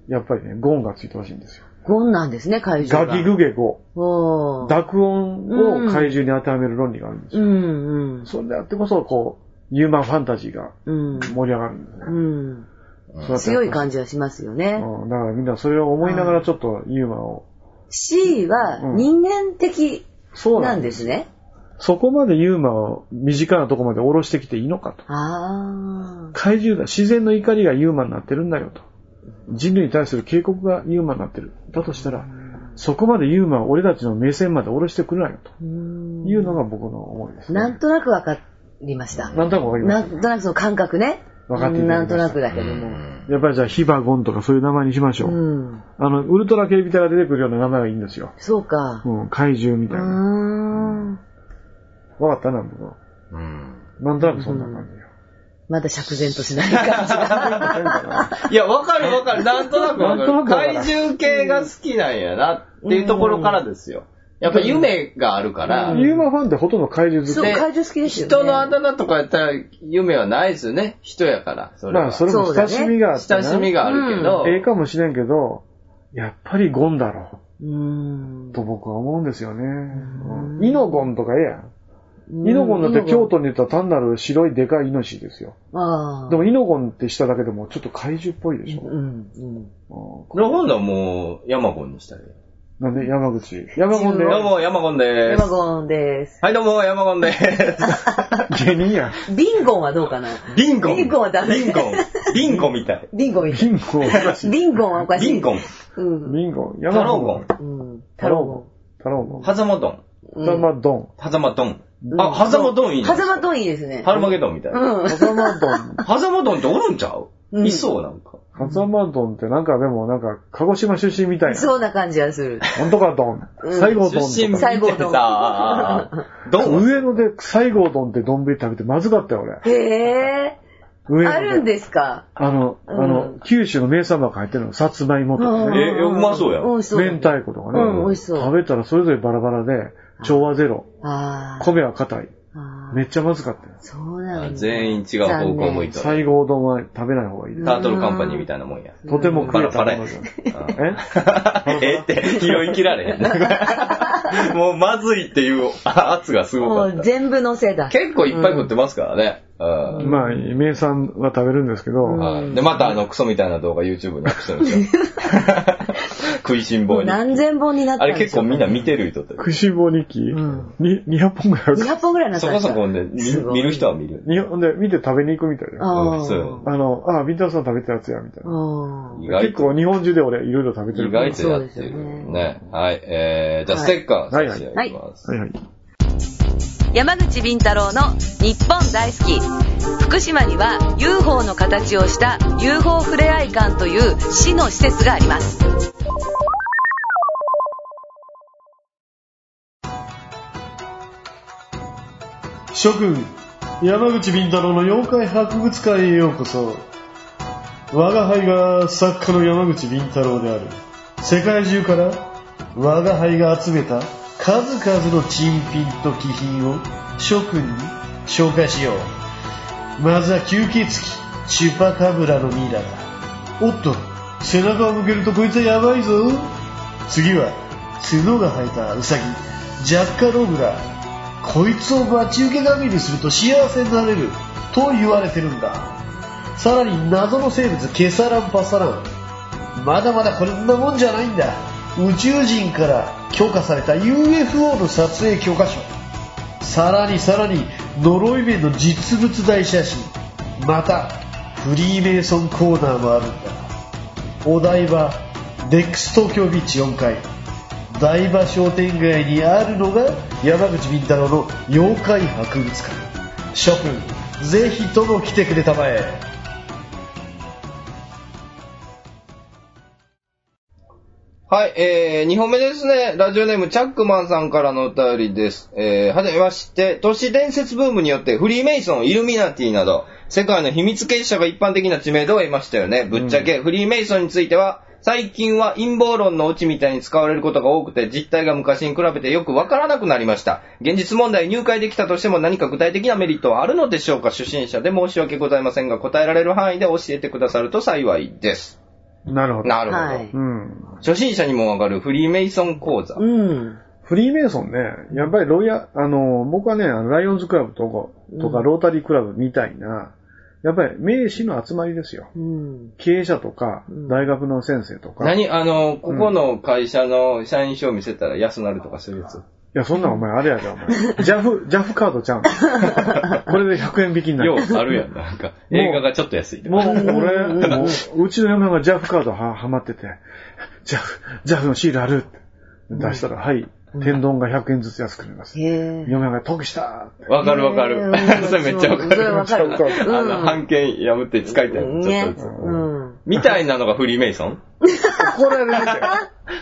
やっぱりね、ゴンがついてほしいんですよ。ゴンなんですね、怪獣が。ガギグゲゴ。おー。濁音を怪獣に当てはめる論理があるんですうよ。んうん。それであってこそ、こう、ユーマンファンタジーがうん。盛り上がるんですね。うん。そうやって強い感じはしますよね。うん、だからみんなそれを思いながらちょっとユーマンを。 C は人間的そうななんんでです。すね。そこまでユーマンを身近なとこまで下ろしてきていいのかと。ああ。怪獣だ。自然の怒りがユーマンになってるんだよと。人類に対する警告がユーマンになってる。だとしたら、そこまでユーマンを俺たちの目線まで下ろしてくれないよと。うんいうのが僕の思いです、ね。なんとなくわかりました。なんとなくわかりなまんすとなくその感覚ね。わかっていたなだんきとましたなくだけどうも。んやっぱりじゃあ、ヒバゴンとかそういう名前にしましょう。うん。あの、ウルトラ警備隊が出てくるような名前がいいんですよ。そうか。うん、怪獣みたういーな。ん。わかったな、僕は。うんなんとなくそんな感じよ。まだ釈然としない感じが。いや、わかるわかる。なんとなくわかなんとなる。くわかる怪獣系が好きなんやなっていうところからですよ。やっぱ夢があるから、ユーマファンってほとんど怪獣 そう、好で怪獣好きですよね。人のあだ名とかやったら夢はないですよね。人やから。そき。れはまあ、それも親しみがあってな。親しみがあるけど、ええかもしれんけど、やっぱりゴンだろうーんう、。と僕は思うんですよね。うんイノゴンとかええやん。うんイノゴンだって京。都に言ったら単なる白いでかいイノシシですよ。ああ。でもイノゴンってしただけでもちょっと怪獣っぽいでしうょ。ん、うん。これ今度はもう、ヤマゴンにしたらいい。なんで山口。山ゴンでどうも、ヤマゴンでエーマす。ゴンです。はい、どうも、ヤマゴンでー す。芸人やん。ビンゴンはどうかなリンゴン。リンゴンはダメリンゴン。リンゴンみ たい。リンゴンみたいリンゴン。リンゴンはおかしい。リンゴン。うん。リンゴン。タローゴン。うん。タタローロゴン。タローゴン。ハザマドン。ーゴン。ハザマドン。ハザマドン。うんあ、ハザマドンいいね。ハザマドンいいですね。ハルマゲドンみたいな。うハん。ザマドン。ハザマドンっておるんちゃう、うんいそうなんか。ハザマドンってなんかでもなんか、鹿児島出身みたいな。そうな感じがする。なんとかドン。うん西郷ドン出身見とてか。た。西郷ドンあードン。上野で西郷ドンって丼食べてまずかったよ、俺。へえ。上野あるんですかあの、あの、九州の名産ばっか入ってるの、さつまいもとかうんね。えうまそうやん美味しそう。明太子とかね。うん美味しそう食べたらそれぞれバラバラで、調和ゼロ。あー米は硬い。あー。めっちゃまずかったよ。そうなんだ。全員違う方向向いた。西郷丼は食べない方がいいです。タートルカンパニーみたいなもんや。とてもバ食えラたバラやものじゃない。え ええって、拾い切られ へん。もうまずいっていうあ圧がすごもかうった。全部乗せだ。結構いっぱい食ってますからね。うんまあ、名産は食べるんですけど、はいで、またあのクソみたいな動画 YouTube にアップしてるんです よ。食いしんも坊うに。あ何千本になったれ結構みんな見見てる人って。食いしん坊日記、んに200本ぐらいあるか200本ぐらいになったんそでこすそかこね、見すごい見る人は見る。日本で見て食べに行くみたいな。あうんーそうあの、ああ、ビンタロウさん食べたやつや、みたいな。あー意外結と、構日本中で俺いろいろ食べて意るから外とやってそうですよる。ねね。はい。えー、じゃあステッカーはい差し上げます。はいはい。山口敏太郎の日本大好き福島には UFO の形をした UFO ふれあい館という市の施設があります諸君山口敏太郎の妖怪博物館へようこそ我が輩が作家の山口敏太郎である世界中から我が輩が集めた数々の珍品と気品を諸君に紹介しようまずは吸血鬼チュパカブラのミイラだおっと背中を向けるとこいつはやばいぞ次は角が生えたウサギジャッカロブラこいつを待ち受け神にすると幸せになれると言われてるんださらに謎の生物ケサランパサランまだまだこんなもんじゃないんだ宇宙人から許可された UFO の撮影許可書さらにさらに呪い面の実物大写真またフリーメイソンコーナーもあるんだお台場デックス東京ビーチ4階台場商店街にあるのが山口敏太郎の妖怪博物館諸君ぜひとも来てくれたまえはい、えー、2本目ですね。ラジオネーム、チャックマンさんからのお便りです。えー、はじめまして、都市伝説ブームによって、フリーメイソン、イルミナティなど、世界の秘密結社が一般的な知名度を得ましたよね。ぶっちゃけ、フリーメイソンについては、最近は陰謀論のオチみたいに使われることが多くて、実態が昔に比べてよくわからなくなりました。現実問題入会できたとしても何か具体的なメリットはあるのでしょうか初心者で申し訳ございませんが、答えられる範囲で教えてくださると幸いです。なるほど。なるほど。はいうん。初心者にもわかるフリーメイソン講座。うんフリーメイソンね、やっぱりロイヤ、あの、僕はね、あのライオンズクラブとか、とか、ロータリークラブみたいな、やっぱり名士の集まりですよ。うん経営者とかうん、大学の先生とか。い何あの、ここの会社の社員証見せたら安なるとかそういうやつ。や、そんなんお前、あれやで、 お前。JAF、JAF カードちゃうん。これで100円引きになようる。あるやん。なんか、映画がちょっと安いとか。もう、俺、もううちの嫁が JAF カードは、はまってて、JAF、JAF のシールあるって出したら、はい、天丼が100円ずつ安くなります。へえ嫁が得したわかるわかるへー。 それめっちゃわかそれる。わかるめっちゃわか あの、うん半券破って使いたいの。ちょねっとずつうんみたいなのがフリーメイソン怒られるって。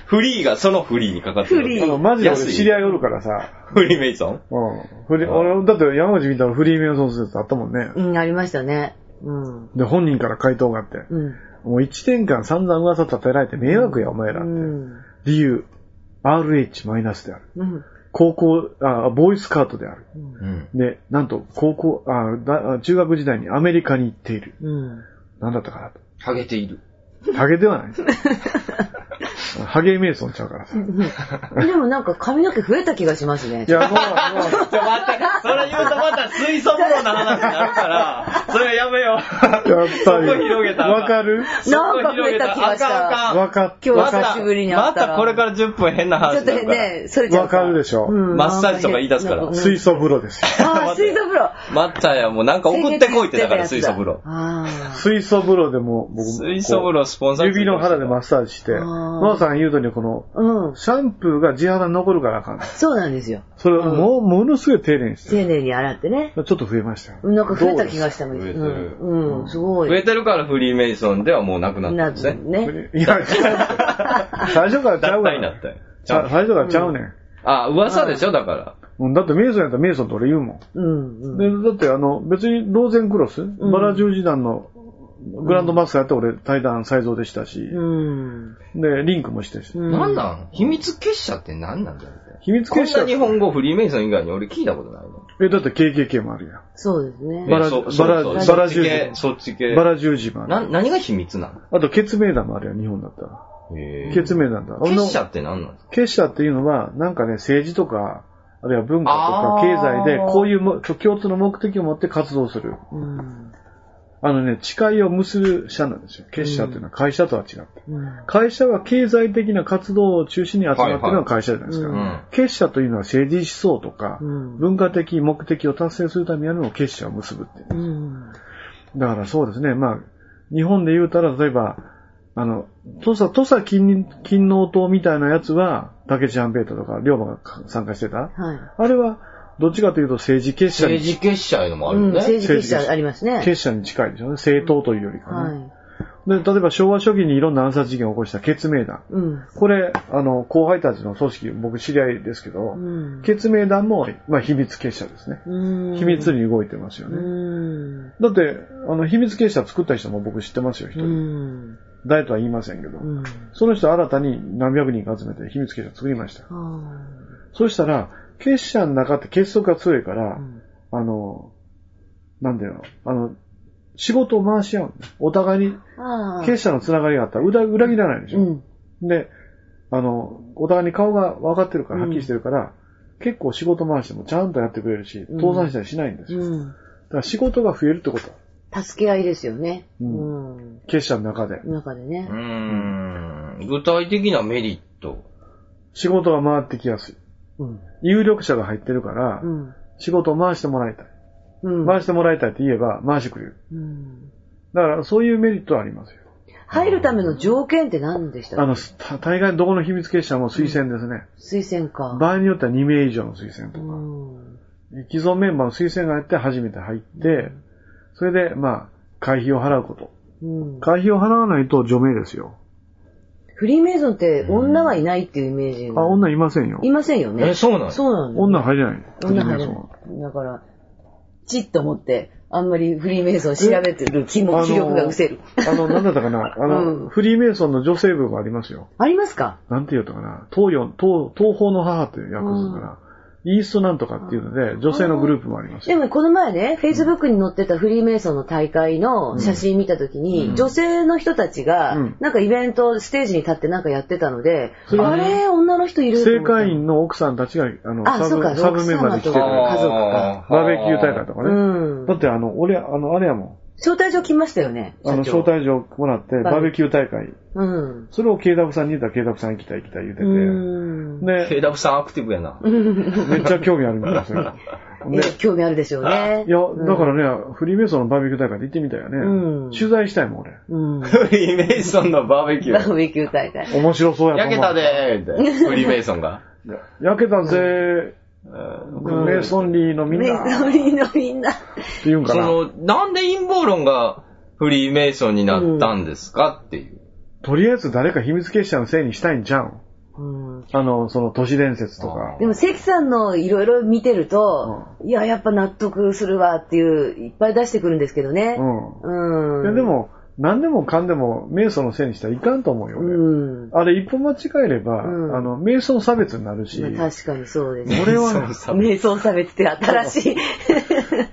フリーがそのフリーにかかってる。フリーあのマジで俺安い知り合いおるからさ、フリーメイソンうん。フリ俺、だって山口みたいなフリーメイソンスーツあったもんね。うんありましたねうんで、本人から回答があって、うんもう1年間散々噂立てられて迷惑や、お前らうって。ん理由、RH- である。うん高校、あ、ボーイスカートである。うん。で、なんと、高校、あだ、あ中学時代にアメリカに行っている。うんなんだったかなと。ハゲている。ハゲではない。 ハゲメイソンちゃうからさ。いでもなんか髪の毛増えた気がしますねや、もう、もう、 じゃ、また、それ言うとまた水素風呂の話になるから、それはやめやよう。っぱそこ広げり、たらわかるなんか増えた気がしたあかんあかんわかっ今日わかっ久しぶりに会まったらたこれから10分変なちょ話っになるとから。ねそれちゃうわかるでしょうんマッサージとか言い出すからうん水素風呂ですよ。ああ水道風 呂またや、もうなんか送ってこいってだから、水素風呂。ああ。水素風呂でも僕もこう水素風呂スポンサーついて指の腹でマッす。サージして、あーノアさん言うとにこの、うん。シャンプーが地肌に残るからあかん。そうなんですよ。それをもう、ものすごい丁寧にしてる。丁寧に洗ってね。ちょっと増えましたよ。なんか増えた気がしたもん。うどうです増えてるん。うん。すごい。増えてるからフリーメイソンではもうなくなったんですね。ね。い や、違う最初からちゃ脱う退ねにんなったよ。さ最初からちゃうねん。あ、噂でしょ、だから。うん、だってメイソンやったらメイソンと俺言うもん。うんうん。で、だってあの、別にローゼンクロス、んバラ十字団のグランドマスターやって俺対談再造でしたし、うん。で、リンクもしてし、なんなん秘密結社って何なんだよ。秘密こん結社な日本語フリーメイソン以外に俺聞いたことないの。え、だって KKK もあるやん。そうですね。バラねそバラそうそうバラそっち系十字そっち系。バラ十字もある。な、何が秘密なのあと、決明団もあるやん、日本だったら。決明団だ。結社あのって何なんですか結社っていうのは、なんかね、政治とか、あるいは文化あとーか経済で、こういうも共通の目的を持って活動する。うん。あのね、誓いを結ぶ社なんですよ。結社っていうのは会社とは違って。うん。会社は経済的な活動を中心に集まってるのが会社じゃないですか。ううんん。結社というのは政治思想とか、うん文化的目的を達成するためにやるのを結社を結ぶっていう。うん。だからそうですね、まあ、日本で言うたら、例えば、あの、土佐、土佐金、金納党みたいなやつは、竹内半平太とか、龍馬が参加してた。はい。あれは、どっちかというと政治結社政に、治結社いうのもあうるん、よね。政治結社ありますね。結社に近いでしょうね。政党というよりかはね。い。で、例えば昭和初期にいろんな暗殺事件を起こした決明団。うん。これ、あの、後輩たちの組織、僕知り合いですけど、うん。決明団も、まあ、秘密結社ですね。うん秘密に動いてますようね。ん。だって、あの、秘密結社作った人も僕知ってますよ、一う人。ん。誰とは言いませんけど。うん。その人新たに何百人か集めて秘密結社作りました。そうしたら、結社の中って結束が強いから、あの、なんだよ、あの、仕事を回し合うのね。お互いに、ああ。結社のつながりがあったら裏裏切らないでしうょ。ん。で、あの、お互いに顔が分かってるから、うはんっきりしてるから、結構仕事回してもちゃんとやってくれるし、うん倒産したりしないんですよ。だうん。から仕事が増えるってこと。助け合いですよね。ううん。結社の中で。中でねう。ーん。具体的なメリット。仕事が回ってきやすい。うん。有力者が入ってるからう、ん。仕事を回してもらいたい。うん。回してもらいたいって言えば、回してくれる。うんだから、そういうメリットはありますよ。入るための条件って何でしたあかの、た大概どこの秘密結社も推薦ですね。推薦か。場合によっては2名以上の推薦とうか。ん。既存メンバーの推薦がやって初めて入って、それで、まあ、会費を払うこと。うん。会費を払わないと除名ですよ。フリーメイソンって女はいないっていうイメージ。あ、女いませんよい。ませんよね。え、そうなんそうなんだ。女入れない。女入れフリーメイソンな。はいだから、チッと思って、あんまりフリーメイソン調べてる気も、気力が失せる。あの、なんだったか な。あの、うんフリーメイソンの女性部もありますよ。ありますかなんて言うとかな。東洋、東、東方の母という訳するから、イーストなんとかっていうので、女性のグループもありますでよ。もこの前ね、Facebook に載ってたフリーメイソンの大会の写真見たときに、女性の人たちがうん、なんかイベント、ステージに立ってなんかやってたので、それあれ、女の人いると思正った会員の奥さんたちが、あの、あ、サそうか、ブ、サブメンバーで来て奥様とる。バ家族か。ーベキュー大会とかね。うんだ。ってあの、俺、あの、あれやもん。招待状来ましたよね。あの、社長招。待状もらって、バーベキュー大会。うん。それを慶太さんに言ったら慶太さん行きたい行きたい言ううん。てて。ケイダブさんアクティブやな。で、めっちゃ興味ありますよ。ね。 え興味あるでしょうね。いや、だからね、フリーメイソンのバーベキュー大会で行ってみたいよね。うん取材したいもん、俺。うん。バフリーメ イソンのバーベキュ ー。ーベキュー大会。面白そうやと焼思けたうでーって。フリーメイソンが。焼けたぜー。メイソンリーのみんメイな。っソリーのみんな。て言うんかそな。の、なんで陰謀論がフリーメイソンになったんですかっていう。とりあえず誰か秘密結社のせいにしたいんじゃん。うんあの、その都市伝説とか。でも関さんのいろいろ見てると、いや、やっぱ納得するわっていう、いっぱい出してくるんですけどねう。ん。うん。いやで、も、何でもかんでもメイソンのせいにしたらいかんと思うよ、う俺ん。あれ一歩間違えれば、うんあの、メイソン差別になるし、まあ確かにそうですね。俺はね、瞑想差別って新しい。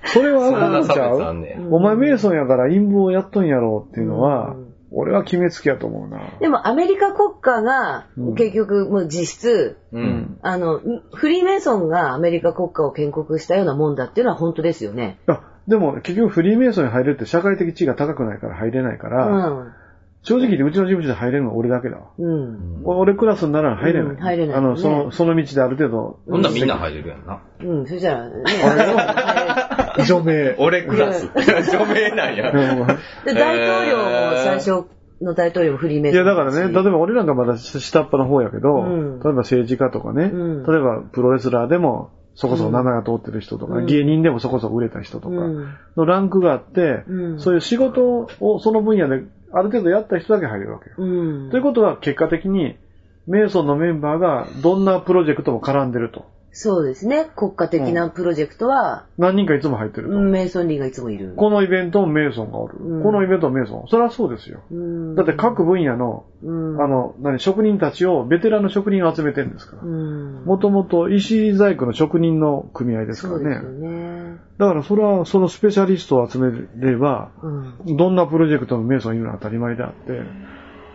それはあかんのちゃそんな差別あうんねお前メイソンやから陰謀をやっとんやろうっていうのは、うん俺は決めつけやと思うな。 でもアメリカ国家がうん、結局もう実質、うう。んん。あの、フリーメイソンがアメリカ国家を建国したようなもんだっていうのは本当ですよね。あでも、結局フリーメイソンに入れるって社会的地位が高くないから入れないかうら、ん。正直言ってうちの事務所で入れるのは俺だけだわ。うん。お俺クラスになら入れない。うん入れないあの、そねの、その道である程度。ほんならみんな入れるやんな。うん、そした ら、ね、除名。俺クラス。 除名なんうや。んで大統領も最初の大統領もフリーメイいソや、ンだからね、例えば、ば俺なんかまだ下っ端の方やけど、うん例えば政治家とかね、うん例えばプロレスラーでも、そこそこ名前が通ってる人とか、うん芸人でもそこそこ売れた人とうか、ん、のランクがあって、うんそういう仕事をその分野である程度やった人だけ入れるわけよ。うんということは結果的に、メイソンのメンバーがどんなプロジェクトも絡んでると。そうですね。国家的なプロジェクトは、何人かいつも入ってると。うんメイソンリーがいつもいる。このイベントもメイソンがおる。うんこのイベントもメイソン。そりゃそうですよ。うんだって各分野の、うんあの、何、職人たちを、ベテランの職人を集めてるんですからう。んもともと石細工の職人の組合ですかそうですらよね。ね。だからそれは、そのスペシャリストを集めれば、うん。どんなプロジェクトのメイソンいるのは当たり前であって、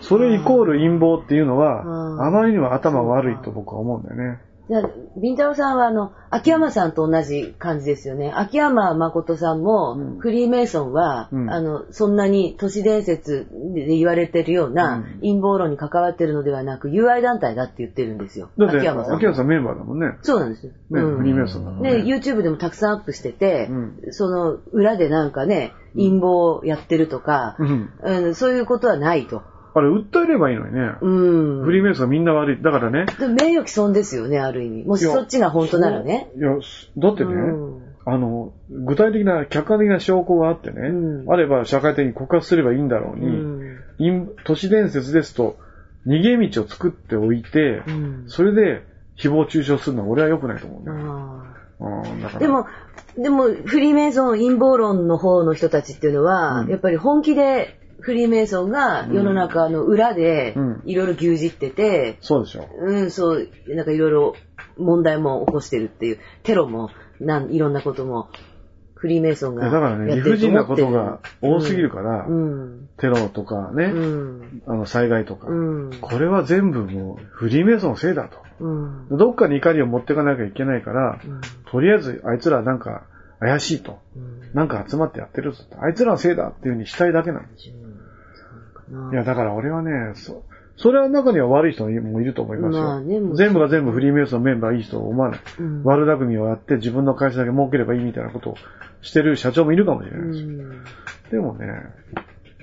それイコール陰謀っていうのはう、んあまりにも頭悪いと僕は思うんだよね。じゃあ、ビンタロウさんは、あの、秋山さんと同じ感じですよね。秋山誠さんも、うんフリーメイソンは、うんあの、そんなに都市伝説で言われてるよううなん陰謀論に関わってるのではなく、友愛団体だって言ってるんですよ。だって、秋山さんは。秋山さんメンバーだもんね。ね、そうなんですよ。うんフリーメイソンだもんね。ね、YouTube でもたくさんアップしてて、うその裏でなんかね、陰謀をやってるとか、うんうんそういうことはないと。あれ、訴えればいいのにね。うん。フリーメイソンみんな悪い。だからね。でも名誉毀損ですよね、ある意味。もしいやそっちが本当ならね。そう。いや、すだってね、うんあの、具体的な、客観的な証拠があってね、うんあれば社会的に告発すればいいんだろううに、ん。陰都市伝説ですと、逃げ道を作っておいて、うんそれで、誹謗中傷するのは俺は良くないと思うんだよ。あうん、だかーら。でも、でも、フリーメイソン陰謀論の方の人たちっていうのは、うんやっぱり本気でフリーメイソンが世の中の裏でうんいろいろ牛耳ってて、そうでしょ。うん、そう、なんかいろいろ問題も起こしてるっていう、テロも、なんいろんなことも、フリーメイソンいがやだからね、や理っ不てると尽思なっこてるとが多すぎるから、うん、テロとかね、うん、あの災害とか、うん、これは全部もうフリーメイソンのせいだと。うん、どっかに怒りを持っていかなきゃいけないから、うんとりあえずあいつらなんか怪しいと。なんか集まってやってるぞと。あいつらのせいだっていうふうにしたいだけなんですよ。いや、だから俺はね、そ、それは中には悪い人もいると思いますよ。まあねもう全部が全部フリーメイソンのメンバーいい人を思わない。うん悪巧みをやって自分の会社だけ儲ければいいみたいなことをしてる社長もいるかもしれうないですよ。ん、でもね、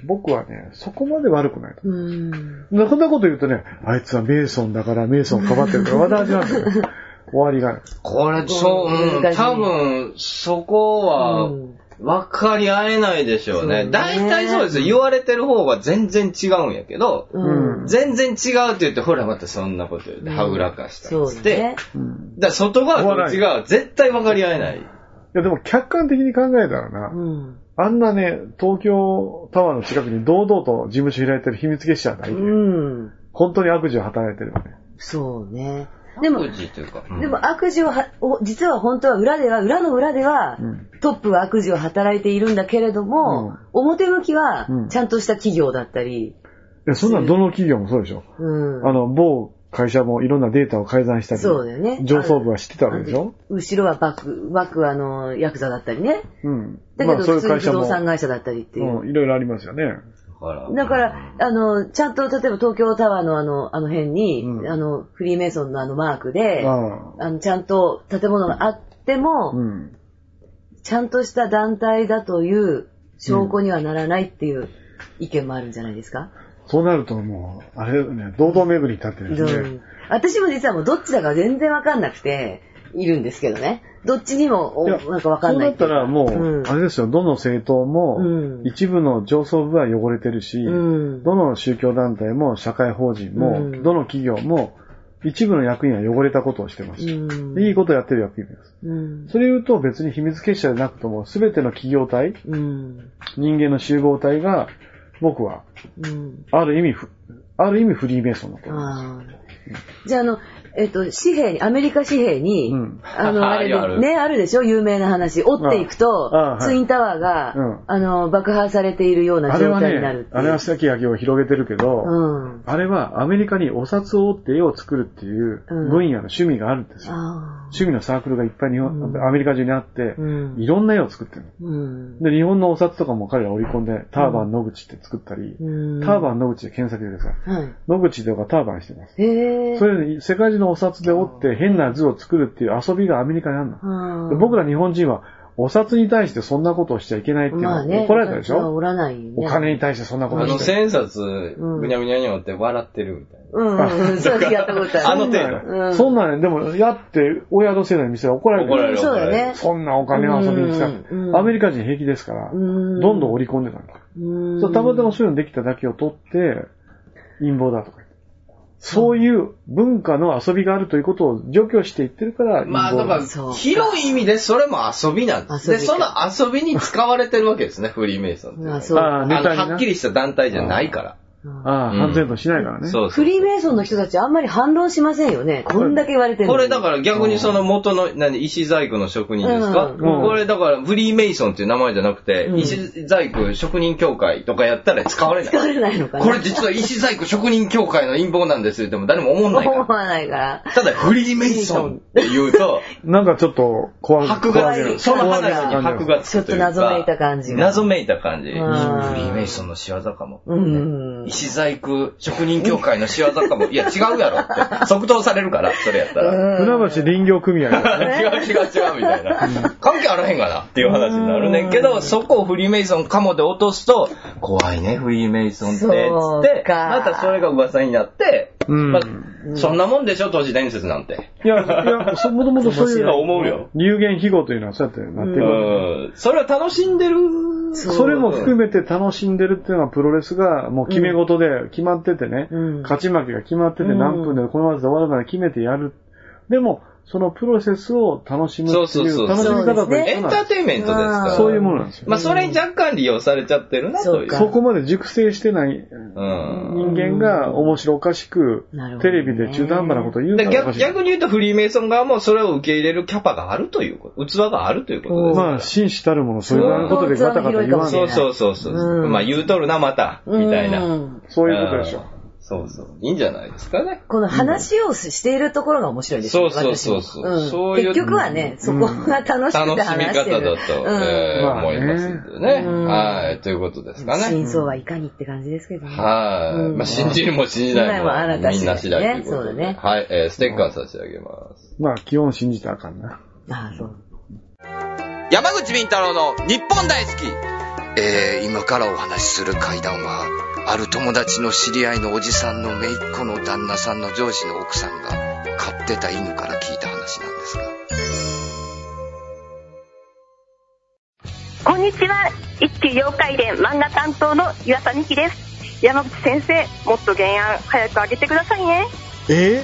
僕はね、そこまで悪くないと。うん、そんなこと言うとね、あいつはメイソンだからメイソンかばってるから、私 なんだよ。終わりがない。これ、そう、うん、難しい多分、そこはうん、分かり合えないでしょうね。そうね大体そうですよ。言われてる方は全然違うんやけど、うん、全然違うって言って、ほら、またそんなこと言って、はぐらかしたそりうしでて、ね。うんだから外側と内側は絶対分かり合えない。いや、でも客観的に考えたらうな、ん、あんなね、東京タワーの近くに堂々と事務所開いてる秘密結社はないで、うん、本当に悪事を働いてるよね。そうね。でも悪、事というか。でも悪事をは、お実は本当は裏では、裏の裏では、んトップは悪事を働いているんだけれどうも、ん表向きはうん、ちゃんとした企業だったり、いや、そんなんどの企業もそうでしょ。うん。あの、某会社もいろんなデータを改ざんしたり、そうだよね。上層部は知ってたわけでしょ。あの後ろはバク、バクはあの、ヤクザだったりね。うん。だけまど、あそうい普う通に会不社も動、産会社だったりっていう。うん、いろいろありますよね。だから、あの、ちゃんと、例えば東京タワーのあの、あの辺に、うんあの、フリーメイソンのあのマークで、あああ。の、ちゃんと建物があっても、うん。ちゃんとした団体だという証拠にはならないっていう意見もあるんじゃないですか。そうなるともう、あれだよね、堂々巡りに立ってるんでうすねん。私も実はもうどっちだか全然わかんなくて、いるんですけどね。どっちにも、おいやなんかわかんないそうなったらもう、うんあれですよ、どの政党もうん、一部の上層部は汚れてるし、うんどの宗教団体も社会法人も、うんどの企業も、一部の役員は汚れたことをしてます。うんいいことやってる役員です。うん。それ言うと別に秘密結社でなくとも、すべての企業体、うん。人間の集合体が、僕は、うん。ある意味ふ、ある意味フリーメイソンだと思う。ああ。じゃあ、あの、えっと、紙幣に、アメリカ紙幣に、うんあの、あ れあで、るね、あるでしょ有名な話。折っていくと、ああああはいツインタワーが、うんあの、爆破されているようなあれ状は態になるっねて、いう。あれは先焼きを広げてるけど、うん。あれはアメリカにお札を折って絵を作るっていううん分野の趣味があるんですよ。ああ。趣味のサークルがいっぱい日本、うんアメリカ中にあって、うんいろんな絵を作ってるうん。の。で、日本のお札とかも彼ら織り込んで、ターバン野口って作ったり、うんターバン野口で検索してください。はい。野口とかターバンしてます。へえ。それで世界中のお札で折って変な図を作るっていう遊びがアメリカにあるの。はで僕ら日本人はお札に対してそんなことをしちゃいけないっていうのまはあね、怒られたでしお札はょ、折らないね。お金に対してそんなこあとのして。千冊、ぐにゃぐにゃにゃって笑ってるみたいな。うん、 うん、そうやったことある。あの程度うんそんなんね、でも、やって、親の世代の店は怒られて怒られるそうだね。そんなお金を遊びに来たってうんうんアメリカ人平気です から、どんんどん織り込んでたんだ。うんそうたまたまそういうのできただけを取って、陰謀だとか言ってそういう文化の遊びがあるということを除去していってるから、まあ、だかそうら、か広い意味でそれも遊びなんです。遊びで、かその遊びに使われてるわけですね、フリーメイソンっていうのは。あそうああ、あネのタにはなっき。りした団体じゃないから。ああ、うん半然としないからね。そうそフう。リーメイソンの人たちあんまり反論しませんよね。こんだけ言われてる。これだからら逆にその元の、何、石細工の職人ですか、うんうんこれだからフリーメイソンっていう名前じゃなくて、うん石細工職人協会とかやったら使われない使。われないのかな。これ実は石細工職人協会の陰謀なんですよ。でも誰も思んないか思 ら。わないから。ただフリーメイソンって言う と、なんかちょっと怖い。箔がつ怖いく。その話に箔がつくというか。ちょっと謎めいた感じが謎めいた感じ。フリんーメイソンの仕業かも。うん。石細工職人協会の仕業かも。いや、違うやろって。即答されるから、それやったら。船橋林業組合だね。違う違う違うみたいな。関係あらへんがなっていう話になるねんけど、そこをフリーメイソンかもで落とすと、怖いね、フリーメイソンって。つっそうて、かまたそれが噂になって、うんまあそんなもんでしょ、都市伝説なんて。いや、いや、そもともとそういそうう思うよ。流言飛語というのはそうやってなってうるわん。それは楽しんでる。け。それも含めて楽しんでるっていうのはプロレスがもう決め事で決まっててね、うん勝ち負けが決まってて何分でこの技で終わるから決めてやる。でも、そのプロセスを楽しむそうってそいううそう楽しみ方とエ一緒ンなんタでーテインメントですから。す。そういうものなんですよ。まあ、それに若干利用されちゃってるなという。そこまで熟成してないうん。人間が面白おかしくなるほ、どテねレビで中途半端なこと言うからでおか逆しい。逆に言うとフリーメイソン側もそれを受け入れるキャパがあるということ、器があるということです。まあ、紳士たるもの、そういうことでガタガタ言わんそのうそうそうそう。うんまあ言うとるな、また、みたいな。うんそういうことでしょ。そうそう。いいんじゃないですかね。この話をしているところが面白いですよね。そうそう私もそうそうんそういう結局はね、そこが楽しく楽てしみ話方しだてる。と、えーまあね思いますんでね。うんはい。ということですかうんね。真相はいかにって感じですけどね。はい、うんまあ信じるも信じないまあまも、あみんな次第ということ確かで。にねそうだねはい。えーステッカー差し上げます。まあ、基本信じたらあかんな。ああ、そう。山口敏太郎の日本大好きえー、今からお話しする怪談は、ある友達の知り合いのおじさんの姪っ子の旦那さんの上司の奥さんが飼ってた犬から聞いた話なんですが。こんにちは一級妖怪伝漫画担当の岩田美希です山口先生もっと原案早く上げてくださいねええ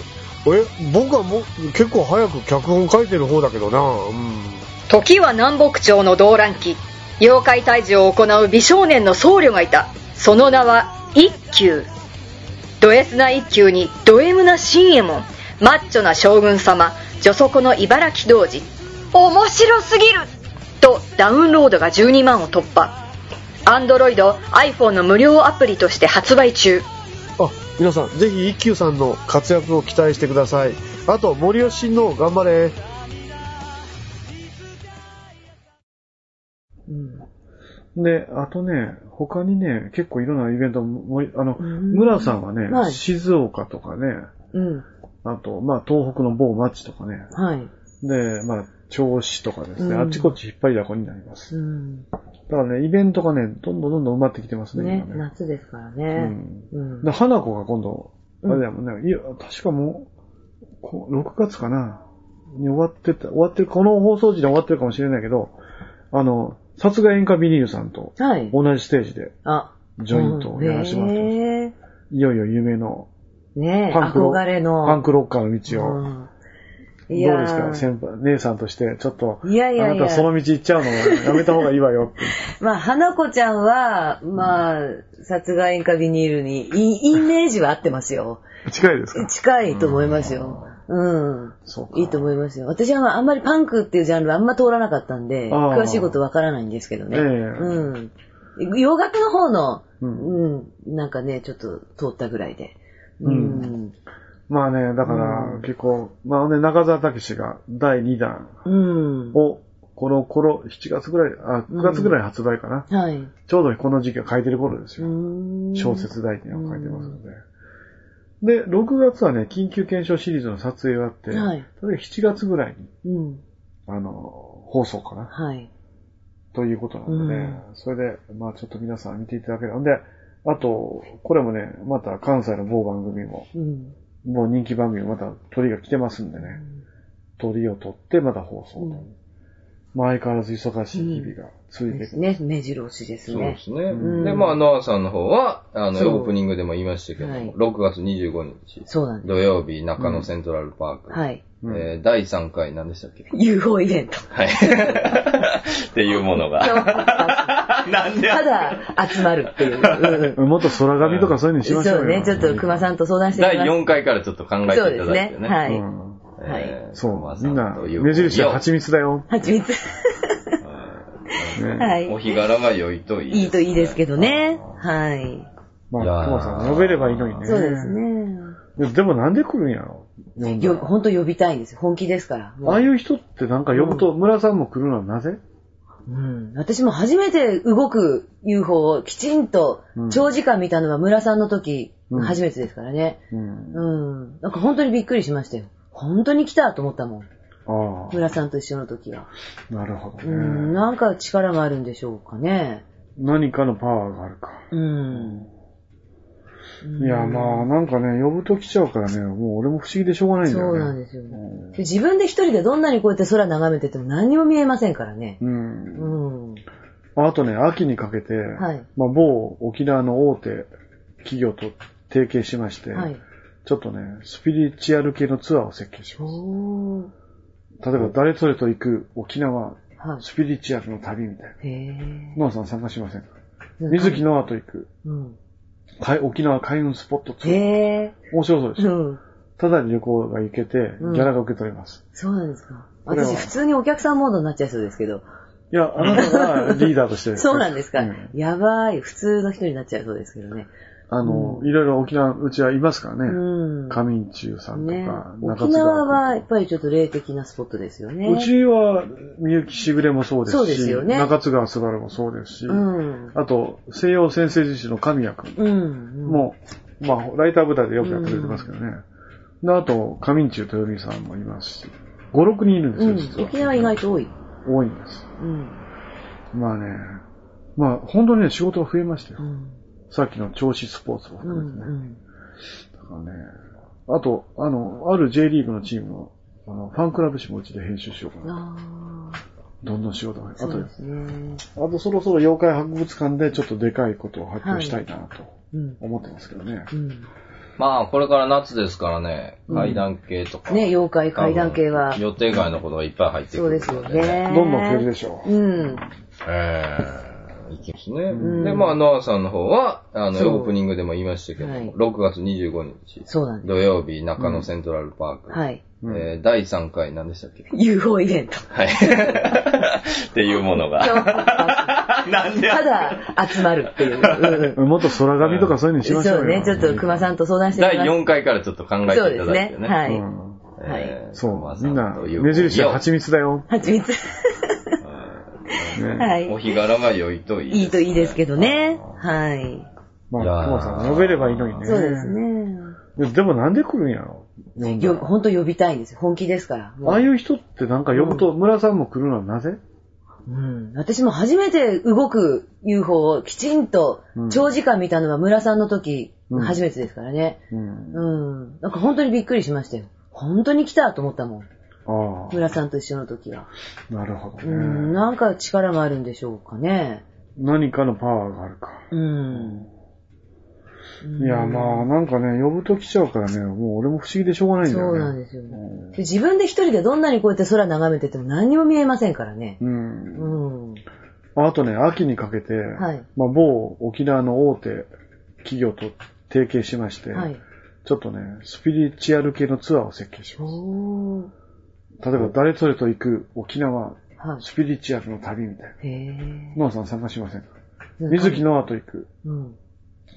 僕はもう結構早く脚本書いてる方だけどな、うん、時は南北朝の動乱期妖怪退治を行う美少年の僧侶がいたその名は一休ド S な一休にド M な新右衛門マッチョな将軍様女底の茨城童子面白すぎるとダウンロードが12万を突破アンドロイド iPhone の無料アプリとして発売中あ皆さんぜひ一休さんの活躍を期待してくださいあと森吉の頑張れで、あとね、他にね、結構いろんなイベントも、もうあの、ん村さんはね、はい静岡とかね、うん。あと、まあ、東北の某町とかね、はい。で、まあ、銚子とかですね、うんあっちこっち引っ張りだこになります。うん。だからね、イベントがね、どんどんどんどん埋まってきてますね、ね、今ね。夏ですからうね。ん。うん。で、花子が今度、あれだもんね、いや、確かもう、こ6月かな、に終わってた、終わってる、この放送時で終わってるかもしれないけど、あの、殺害演歌ビニールさんとはい。同じステージであ、ジョイントをやらせてもらってます。ねいよいよ夢のえ。ねえ、パンクロ憧れの。パンクロッカーの道を、うんいどやうですーか先輩、姉さんとして、ちょっと、いやいやいやあなたその道行っちゃうのはやめた方がいいわよって。 まあ、花子ちゃんは、まあ、殺害演歌ビニールに、いいイメージは合ってますよ。近いですか近いと思いますよ。うん。そうか。いいと思いますよ。私はまああんまりパンクっていうジャンルはあんま通らなかったんで、あー詳しいことわからないんですけどね。ええうん。洋楽の方の、ううんん、なんかね、ちょっと通ったぐらいで。ううんん。まあね、だから、結構、まあね、中澤武史が第2弾うん。を、この頃、7月ぐらい、あ、9月ぐらい発売かな。はい。ちょうどこの時期は書いてる頃ですうよ。ん小。説代っていうのを書いてますので。で、6月はね、緊急検証シリーズの撮影があって、はいそれが7月ぐらいに、うん。あの、放送かな、はい。ということなんでね、それで、まあちょっと皆さん見ていただければ。んで、あと、これもね、また関西の某番組も、うん。もう人気番組また鳥が来てますんでね。鳥を取ってまた放送と。まあ相変わらず忙しい日々が続いていく。ですね。目白押しですそうねで。すね。うんで、まあ、ノアさんの方は、あの、そうオープニングでも言いましたけどはいも、6月25日、そうなんで土曜日、中野セントラルパーク、す。はい。えー第3回、何でしたっけ UFO イベント。 はい。っていうものが。 なんでただ集まるっ ていう。う んもっと空紙とかそういうのにしましょうよ。そうね。ちょっと熊さんと相談して第みます。 4回からちょっと考えていただいてそうですね。ね。はうい。んえーそう。みんな、という目印は蜂蜜だよ。蜂蜜。ねはい。お日柄が良いといい、いいといいですけどね。はい。まいやあ、ー熊さん呼べればいいのにね。そうですね。で。でもなんで来るんやろ呼んだよ、らほんと呼びたいんですよ。本気ですから。もうああいう人ってなんか呼ぶと、村さんも来るのはなぜうん。私も初めて動く UFO をきちんとうん長時間見たのは村さんの時、うん初めてですからね。うん。うん。なんか本当にびっくりしましたよ。本当に来たと思ったもん。あ村さんと一緒の時は。あ、なるほどうん。ね。なんか力があるんでしょうかね。何かのパワーがあるか。うん。いや、まあ、なんかね、呼ぶと来ちゃうからね、もう俺も不思議でしょうがないんだそよね。うなんですよね。うん自分で一人でどんなにこうやって空眺めてても何にも見えませんからね。うん。うん。はあとね、秋にかけて、はいまあ、某沖縄の大手企業と提携しまして、い。ちょっとね、スピリチュアル系のツアーを設計します。おー。例えば、誰それと行く沖縄はスピリチュアルの旅みたいい。へな。ノアさん参加しませんかー。水木ノアと行くうん。海沖縄開運スポットツアー。へ面白そうでー。しょ。うん。ただ旅行が行けて、ギうんャラが受け取れます。そうなんですか。これは私、普通にお客さんモードになっちゃいそうですけど。いや、あなたがリーダーとして。 そうなんですか。うんやばい。普通の人になっちゃいそうですけどね。あの、うんいろいろ沖縄、うちはいますからうね。ん。上民中さんとねか、、中沖津川縄君とかはやっぱりちょっと霊的なスポットですよね。うちは、みゆきしぐれもそうですし、そうですよね中津川すばるもそうですし、うん。あと、西洋先生自身の神谷くんうん。も、まあ、ライター舞台でよくやってくれてますけどね。であと、上民中豊美さんもいますし、5、6人いるんですうよ、ん。実は。沖縄意外と多い。多いんです。うん。まあね、まあ、本当にね、仕事が増えましたよ。うん。さっきの調子スポーツもう含めてね。ん。だからね。あと、あの、ある J リーグのチームの、あの、ファンクラブ誌もうちで編集しようかうん。な。ああ。どんどん仕事が。あそとう、ですね。あとそろそろ妖怪博物館でちょっとでかいことを発表したいなとうん。思ってますけどね。うん。まあ、これから夏ですからね、階段系とか。ね、妖怪階段系は多分。予定外のことがいっぱい入ってくる。そうですよ。ね。どんどん増えるでしょう。うん。ええいきますね。んで、まあ、ノアさんの方は、あそうの、オープニングでも言いましたけども、はい6月25日、そうなんで土曜日、中野セントラルパーク、す。はい。うんえー第3回、何でしたっけ UFO イベント。 はい。っていうものが。 なんでただ集まるっていう。うんもっと空紙とかそういうのにしましょうそよ。うね、ちょっと熊さんと相談して第みます。 4回からちょっと考えていそうでたすだいねて。ね。はうい。んえーそう。みんな、という目印は蜂蜜だよ。蜂蜜。ねはおい。日柄が良いといい。いいといいですけどね。はい。まあ、いやークマさん呼べればいいのにね。そうですね。で。でもなんで来るんやろ。呼んだよ、らほんと呼びたいんですよ。本気ですから。もうああいう人ってなんか呼ぶと、村さんも来るのはなぜうん。私も初めて動く UFO をきちんとうん長時間見たのは村さんの時、うん初めてですからね。うん。うん。なんか本当にびっくりしましたよ。本当に来たと思ったもん。あ村さんと一緒の時は。あ、なるほどうね。ん。なんか力があるんでしょうかね。何かのパワーがあるか。うん。いや、まあ、なんかね、呼ぶと来ちゃうからね、もう俺も不思議でしょうがないんだそようね。なんですよね。うんで自分で一人でどんなにこうやって空眺めてても何にも見えませんからね。うん。うん。はあとね、秋にかけて、はいまあ、某沖縄の大手企業と提携しまして、い。ちょっとね、スピリチュアル系のツアーを設計します。おー。例えば、誰それと行く沖縄はスピリチュアルの旅みたいい。へな。ノアさん参加しませんかー。水木ノアと行くうん。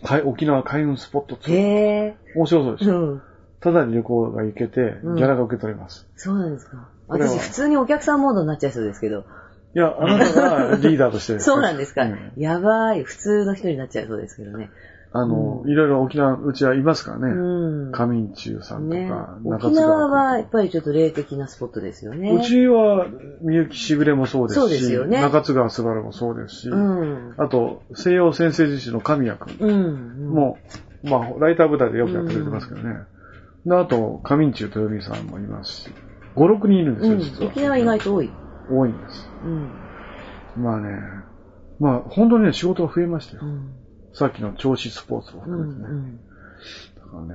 海沖縄開運スポットツアー。へ面白そうでー。しょ。うん。ただ旅行が行けて、ギうんャラが受け取れます。そうなんですか。これは私、普通にお客さんモードになっちゃいそうですけど。いや、あなたがリーダーとしてです そうなんですかう。んやばい。普通の人になっちゃいそうですけどね。あの、うんいろいろ沖縄、うちはいますからうね。ん。上民中さんとか、ね。中沖津縄は川や君っぱりちょっと霊的なスポットですよね。うちは、みゆきしぐれもそうですそうでし、すよね中津川すばるもそうですし、うん。あと、西洋先生自身の神谷くうん。んも、まあ、ライター舞台でよくやってくれてますけどね。であと、上民中豊美さんもいますし、5、6人いるんですうよ、ん。実は。沖縄意外と多い。う多いんです。うん。まあね、まあ本当にね、仕事が増えましたよ。うん。さっきの調子スポーツもう含めてね。ん。だからね、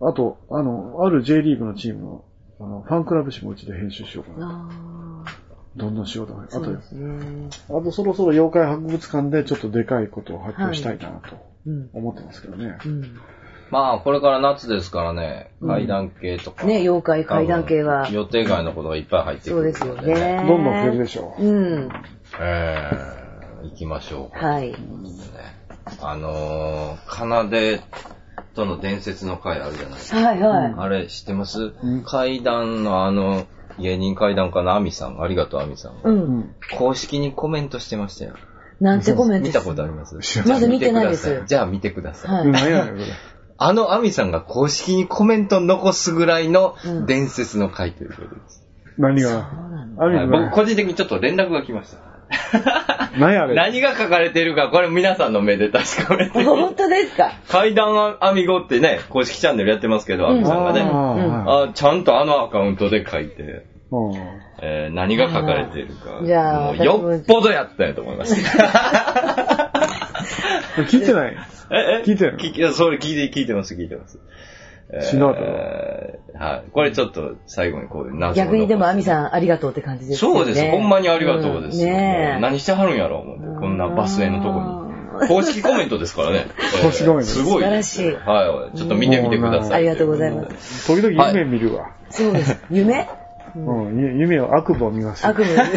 あと、あの、ある J リーグのチームの、あの、ファンクラブ誌もうちで編集しようかうん。な。ああ。どんどん仕事が増そうえですね。あと、あとそろそろ妖怪博物館でちょっとでかいことを発表したいなとうん。思ってますけどね。うん。まあ、これから夏ですからね、階段系とか。ね、妖怪階段系は多分。予定外のことがいっぱい入ってくそうでるすよので、ね。どんどん増えるでしょう。うん。えー、行きましょうか。はい。あのー、かなでとの伝説の回あるじゃないですか。はいはい。あれ知ってます、階段のあの、芸人階段家のアミさん、ありがとうアミさん。うん。公式にコメントしてましたよ。なんてコメント見たことありますまだ見てないですじゃあ見てくださうはい。んい。何やねん、これ。あのアミさんが公式にコメント残すぐらいのうん伝説の回ということです。何がそうなん。あるはい意味僕が、個人的にちょっと連絡が来ました。 何やあれ。何が書かれているか、これ皆さんの目で確かめて。 本当ですか階段アミゴってね、公式チャンネルやってますけど、アミさんがね。ああちゃんとあのアカウントで書いて、ーはいうんえー何が書かれているか。あーじゃあもうよっぽどやったんやと思いました。これ聞いてない。 ええ聞いてる聞きやそれ聞いて、聞いてます、聞いてます。えー死の後はい。これちょっと最後にこう、謎を逆にでも、アミん。さん、ありがとうって感じですよね。そうです、ほんまにありがとうです。んもうね何してはるんやろう、思って。こんなバスへのとこに。公式コメントですからね。 公式コメントですすごいです。素晴らしいはい。ちょっと見てみてくだもうさ。ないんえ。ありがとうございます。。時々夢見るわ。うんそうです。夢うん、ゆ夢を悪夢を見ますよ。悪 夢です。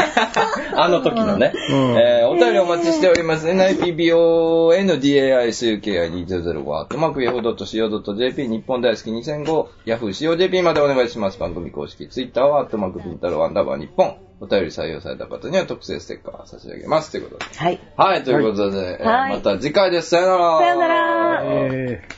あの時のね。うんえーお便りお待ちしております。NIPBONDAISUKI2005 マクヤフー .co.jp 日本大好き2005ヤフー COJP までお願いします。番組公式ツイッターはアットマークピンタローアンダーバー日本。お便り採用された方には特製ステッカー差し上げます。ということで。はい。はい、ということで、えーはいまた次回です。さよなら。さよならえー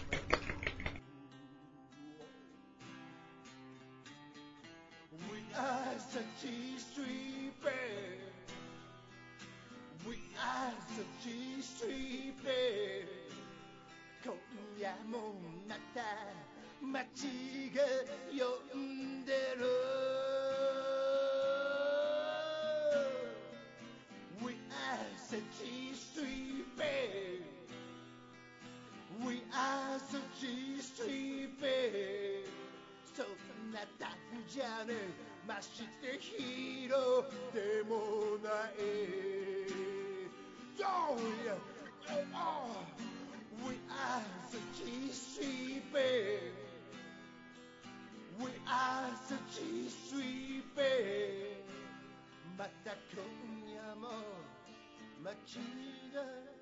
また今夜も街が